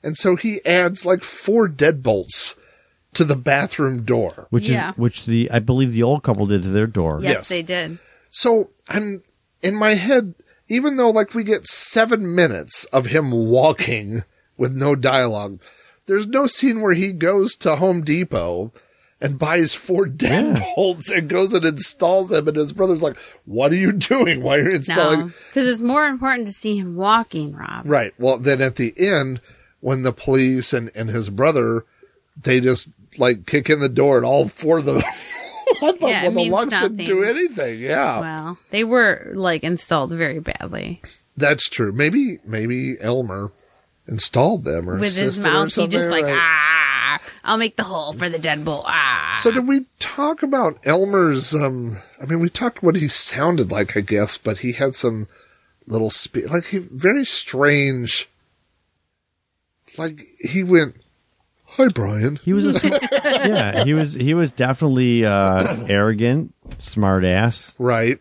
[SPEAKER 3] and so he adds like four deadbolts to the bathroom door
[SPEAKER 2] Which
[SPEAKER 1] Yeah.
[SPEAKER 2] is which the I believe the old couple did to their door.
[SPEAKER 1] Yes,
[SPEAKER 3] Yes.
[SPEAKER 1] they did.
[SPEAKER 3] So I'm in my head, even though like we get seven minutes of him walking with no dialogue, there's no scene where he goes to Home Depot and buys four deadbolts and goes and installs them. And his brother's like, "What are you doing? Why are you installing?"
[SPEAKER 1] No, because it's more important to see him walking, Rob.
[SPEAKER 3] Right. Well, then at the end, when the police and and his brother, they just like kick in the door and all four of them. I thought one of
[SPEAKER 1] Yeah, it
[SPEAKER 3] the
[SPEAKER 1] means
[SPEAKER 3] lungs didn't do
[SPEAKER 1] nothing.
[SPEAKER 3] anything. Yeah.
[SPEAKER 1] Well, they were like installed very badly.
[SPEAKER 3] That's true. Maybe maybe Elmer installed them or
[SPEAKER 1] with his
[SPEAKER 3] assisted or
[SPEAKER 1] mouth. He just
[SPEAKER 3] something,
[SPEAKER 1] like
[SPEAKER 3] right?
[SPEAKER 1] ah, I'll make the hole for the deadbolt. Ah,
[SPEAKER 3] So did we talk about Elmer's? Um, I mean, we talked what he sounded like, I guess, but he had some little spe like he very strange. Like he went, "Hi, Brian."
[SPEAKER 2] He was a, yeah, he was he was definitely uh, arrogant, smart ass
[SPEAKER 3] Right?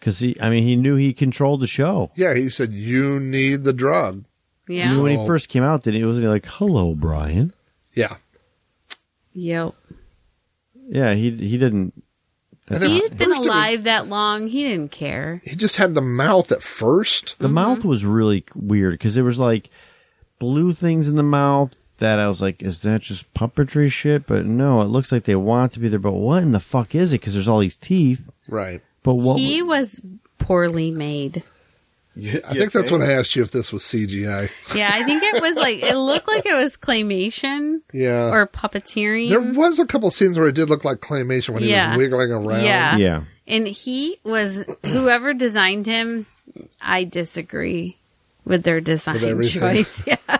[SPEAKER 2] cuz he I mean he knew he controlled the show.
[SPEAKER 3] Yeah. He said, "You need the drug."
[SPEAKER 2] I mean,
[SPEAKER 1] yeah,
[SPEAKER 2] when he
[SPEAKER 3] So-
[SPEAKER 2] first came out, then he wasn't he like, "Hello, Brian."
[SPEAKER 3] Yeah.
[SPEAKER 1] yep.
[SPEAKER 2] Yeah, he he didn't
[SPEAKER 3] And then
[SPEAKER 1] He's been
[SPEAKER 3] first it was-
[SPEAKER 1] alive that long. He didn't care.
[SPEAKER 3] he just had the mouth at first.
[SPEAKER 1] Mm-hmm.
[SPEAKER 2] The mouth was really weird because there was like blue things in the mouth that I was like, is that just puppetry shit? But no, it looks like they want it to be there. But what in the fuck is it? Because there's all these teeth.
[SPEAKER 3] Right.
[SPEAKER 2] But what?
[SPEAKER 1] he was poorly made.
[SPEAKER 2] You-
[SPEAKER 3] I
[SPEAKER 2] you
[SPEAKER 3] think that's when I asked you if this was CGI.
[SPEAKER 1] Yeah, I think it was like it looked like it was claymation
[SPEAKER 3] Yeah.
[SPEAKER 1] or puppeteering.
[SPEAKER 3] there was a couple scenes where it did look like claymation when
[SPEAKER 1] Yeah.
[SPEAKER 3] he was wiggling around.
[SPEAKER 1] Yeah.
[SPEAKER 2] Yeah.
[SPEAKER 1] And he was whoever designed him. I disagree with their design
[SPEAKER 3] With everything.
[SPEAKER 1] choice. Yeah,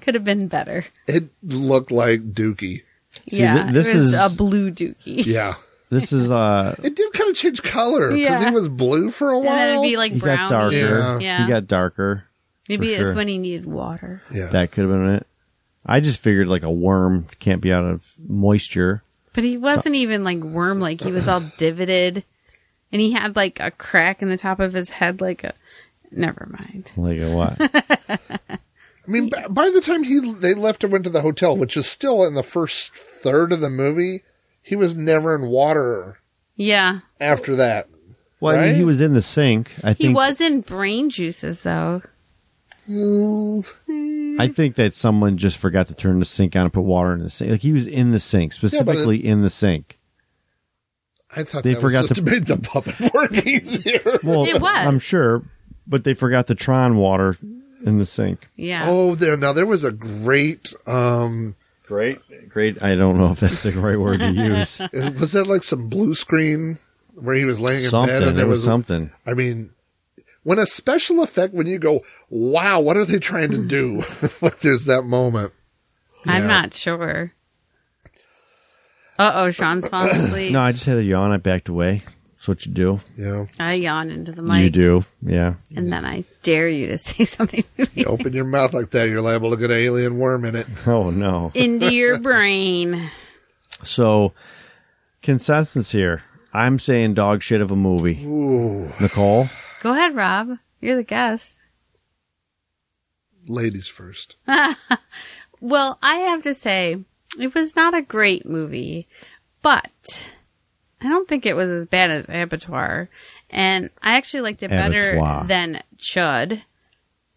[SPEAKER 1] could have been better.
[SPEAKER 3] It looked like Dookie.
[SPEAKER 2] See,
[SPEAKER 1] yeah,
[SPEAKER 2] thi- this
[SPEAKER 1] it was
[SPEAKER 2] is-
[SPEAKER 1] a blue dookie.
[SPEAKER 3] Yeah.
[SPEAKER 2] This is uh
[SPEAKER 3] It did kind of change color because
[SPEAKER 1] Yeah.
[SPEAKER 3] he was blue for a
[SPEAKER 1] And
[SPEAKER 3] while.
[SPEAKER 1] then it'd be like
[SPEAKER 2] he got
[SPEAKER 1] brown.
[SPEAKER 2] darker.
[SPEAKER 3] Yeah.
[SPEAKER 1] Yeah.
[SPEAKER 2] He got darker.
[SPEAKER 1] Maybe
[SPEAKER 2] for
[SPEAKER 1] it's
[SPEAKER 2] sure.
[SPEAKER 1] when he needed water.
[SPEAKER 3] yeah.
[SPEAKER 2] That could have been it. I just figured like a worm can't be out of moisture.
[SPEAKER 1] But he wasn't even like worm like he was all divoted. And he had like a crack in the top of his head like a never mind.
[SPEAKER 2] Like a what?
[SPEAKER 3] I mean, b- by the time he they left and went to the hotel, which is still in the first third of the movie, he was never in water
[SPEAKER 1] Yeah.
[SPEAKER 3] after that.
[SPEAKER 2] Well, I mean, he
[SPEAKER 3] Right?
[SPEAKER 2] was in the sink. I
[SPEAKER 1] He
[SPEAKER 2] think.
[SPEAKER 1] was in brain juices though.
[SPEAKER 3] Mm,
[SPEAKER 2] I think that someone just forgot to turn the sink on and put water in the sink. Like he was in the sink, specifically in the sink.
[SPEAKER 3] I thought
[SPEAKER 2] They
[SPEAKER 3] that
[SPEAKER 2] forgot
[SPEAKER 3] was just
[SPEAKER 2] to-
[SPEAKER 3] to make the puppet work easier.
[SPEAKER 2] Well,
[SPEAKER 1] It was.
[SPEAKER 2] I'm sure, but they forgot the Tron water in the sink.
[SPEAKER 1] Yeah.
[SPEAKER 3] Oh, there now there was a great um
[SPEAKER 2] Great, great. I don't know if that's the right word to use.
[SPEAKER 3] was that like some blue screen where he was laying in
[SPEAKER 2] something.
[SPEAKER 3] bed and there
[SPEAKER 2] There was
[SPEAKER 3] was,
[SPEAKER 2] something.
[SPEAKER 3] I mean when a special effect when you go, Wow, what are they trying to do? like there's that moment.
[SPEAKER 1] I'm
[SPEAKER 3] yeah.
[SPEAKER 1] not sure. Uh oh, Sean's falling asleep.
[SPEAKER 2] No, I just had a yawn. I backed away. That's what you do.
[SPEAKER 3] Yeah.
[SPEAKER 1] I yawn into the
[SPEAKER 2] You
[SPEAKER 1] mic
[SPEAKER 2] do. Yeah.
[SPEAKER 1] and then I dare you to say something
[SPEAKER 3] You open your mouth like that, you're liable to get an alien worm in it.
[SPEAKER 2] Oh no.
[SPEAKER 1] into your brain.
[SPEAKER 2] So, consensus here. I'm saying dog shit of a movie. Nicole,
[SPEAKER 1] Go ahead, Rob. You're the guest.
[SPEAKER 3] Ladies first.
[SPEAKER 1] Well, I have to say, it was not a great movie, but I don't think it was as bad as Abattoir. And I actually liked it
[SPEAKER 2] Abattoir.
[SPEAKER 1] better than Chud.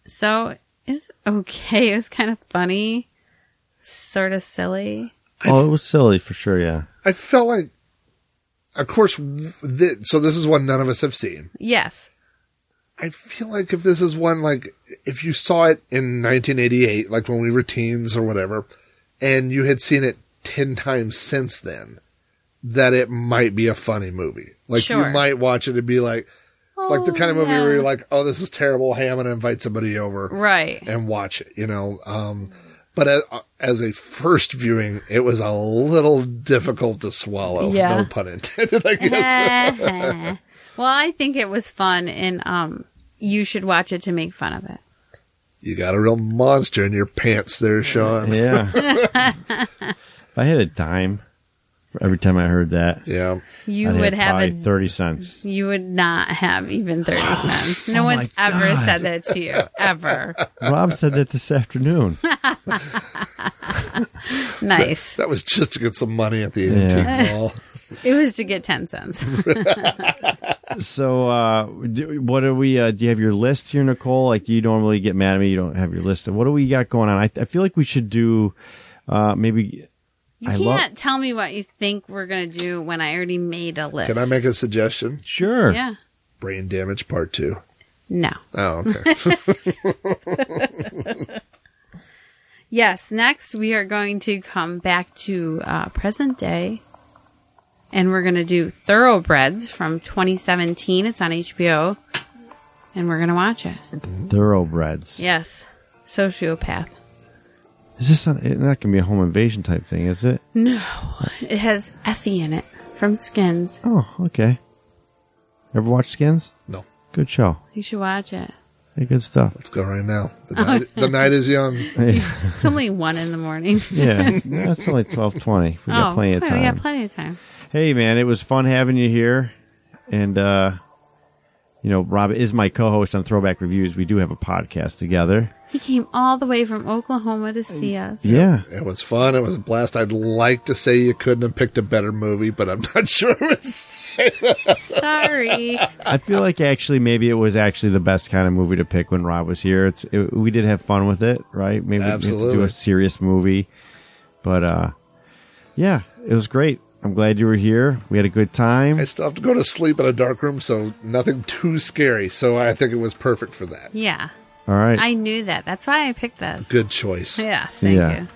[SPEAKER 1] So it's okay. It was kind of funny, sort of silly.
[SPEAKER 2] Oh, it was silly for sure. Yeah.
[SPEAKER 3] I felt like, of course, th- so this is one none of us have seen.
[SPEAKER 1] Yes.
[SPEAKER 3] I feel like if this is one, like, if you saw it in 1988, like when we were teens or whatever, and you had seen it 10 times since then, that it might be a funny movie. Like,
[SPEAKER 1] Sure.
[SPEAKER 3] you might watch it and be like, like the kind of
[SPEAKER 1] Oh,
[SPEAKER 3] movie where
[SPEAKER 1] yeah.
[SPEAKER 3] you're like, oh, this is terrible. Hey, I'm going to invite somebody over
[SPEAKER 1] Right.
[SPEAKER 3] and watch it, you know. Um, but as, as a first viewing, it was a little difficult to swallow.
[SPEAKER 1] Yeah.
[SPEAKER 3] No pun intended, I guess.
[SPEAKER 1] Uh-huh. well, I think it was fun, and um, you should watch it to make fun of it.
[SPEAKER 3] you got a real monster in your pants there, Sean.
[SPEAKER 2] Yeah. if I had a dime for every time I heard that,
[SPEAKER 3] Yeah.
[SPEAKER 1] You
[SPEAKER 2] I'd
[SPEAKER 1] would
[SPEAKER 2] have
[SPEAKER 1] have
[SPEAKER 2] probably
[SPEAKER 1] a
[SPEAKER 2] thirty cents.
[SPEAKER 1] You would not have even 30 cents. No
[SPEAKER 2] Oh my
[SPEAKER 1] one's ever
[SPEAKER 2] God.
[SPEAKER 1] said that to you, ever.
[SPEAKER 2] Rob said that this afternoon.
[SPEAKER 1] Nice.
[SPEAKER 3] That was just to get some money at the
[SPEAKER 2] Yeah.
[SPEAKER 3] antique mall.
[SPEAKER 1] It was to get 10 cents.
[SPEAKER 2] So, uh, do- what are we? Uh, do you have your list here, Nicole? Like you normally get mad at me, you don't have your list. What do we got going on? I, I feel like we should do uh, maybe.
[SPEAKER 1] You
[SPEAKER 2] I
[SPEAKER 1] can't
[SPEAKER 2] love.
[SPEAKER 1] tell me what you think we're going to do when I already made a list.
[SPEAKER 3] Can I make a suggestion?
[SPEAKER 2] Sure.
[SPEAKER 1] Yeah.
[SPEAKER 3] Brain damage part two.
[SPEAKER 1] No.
[SPEAKER 3] Oh, okay.
[SPEAKER 1] Yes, next we are going to come back to uh, present day and we're going to do Thoroughbreds from 2017. It's on HBO and we're going to watch it.
[SPEAKER 2] Thoroughbreds.
[SPEAKER 1] Yes. Sociopath.
[SPEAKER 2] Is this not, it's not going to be a home invasion type thing, is it?
[SPEAKER 1] No. It has Effie in it from Skins.
[SPEAKER 2] Oh, okay. Ever watch Skins?
[SPEAKER 3] no.
[SPEAKER 2] Good show.
[SPEAKER 1] You should watch it.
[SPEAKER 2] Hey, Good stuff.
[SPEAKER 3] Let's go right now. The night, the night is young.
[SPEAKER 1] It's only one in the morning. Oh,
[SPEAKER 2] Yeah, that's only twelve twenty. We got plenty of
[SPEAKER 1] yeah,
[SPEAKER 2] time.
[SPEAKER 1] We got plenty of time.
[SPEAKER 2] hey, man, it was fun having you here, and uh, you know, Rob is my co-host on Throwback Reviews. We do have a podcast together.
[SPEAKER 1] He came all the way from Oklahoma to see us.
[SPEAKER 2] Yeah,
[SPEAKER 3] It was fun. It was a blast. I'd like to say you couldn't have picked a better movie, but I'm not sure I would say that.
[SPEAKER 1] Sorry.
[SPEAKER 2] I feel like actually maybe it was actually the best kind of movie to pick when Rob was here. It's it, we did have fun with it, right? Maybe we didn't have to do
[SPEAKER 3] Absolutely.
[SPEAKER 2] a serious movie, but uh, yeah, it was great. I'm glad you were here. We had a good time.
[SPEAKER 3] I still have to go to sleep in a dark room, so nothing too scary. So I think it was perfect for that.
[SPEAKER 1] Yeah.
[SPEAKER 2] All right.
[SPEAKER 1] I knew that. That's why I picked this.
[SPEAKER 3] Good choice.
[SPEAKER 1] Yes. Thank
[SPEAKER 2] yeah.
[SPEAKER 1] you.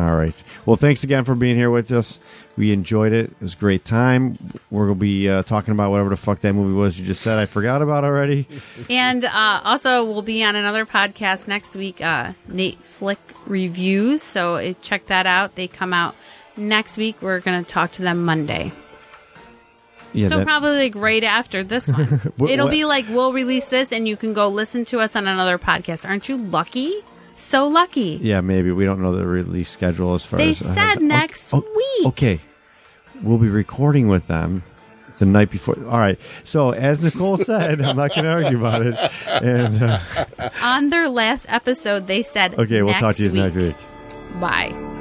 [SPEAKER 2] All right. Well, thanks again for being here with us. We enjoyed it. It was a great time. We're going to be uh, talking about whatever the fuck that movie was you just said. I forgot about already.
[SPEAKER 1] And uh, also, we'll be on another podcast next week, uh, Nate Flick Reviews. So uh, check that out. They come out next week. We're going to talk to them Monday.
[SPEAKER 2] Yeah,
[SPEAKER 1] so
[SPEAKER 2] that-
[SPEAKER 1] probably like right after this one.
[SPEAKER 2] What-
[SPEAKER 1] It'll
[SPEAKER 2] what-
[SPEAKER 1] be like we'll release this and you can go listen to us on another podcast. Aren't you lucky? So lucky.
[SPEAKER 2] yeah, maybe. We don't know the release schedule as far
[SPEAKER 1] They
[SPEAKER 2] as. uh, oh,
[SPEAKER 1] said next week.
[SPEAKER 2] Okay. We'll be recording with them the night before. All right. So, as Nicole said, I'm not going to argue about it. And uh,
[SPEAKER 1] On their last episode, they said
[SPEAKER 2] okay, we'll talk to you next week.
[SPEAKER 1] Bye.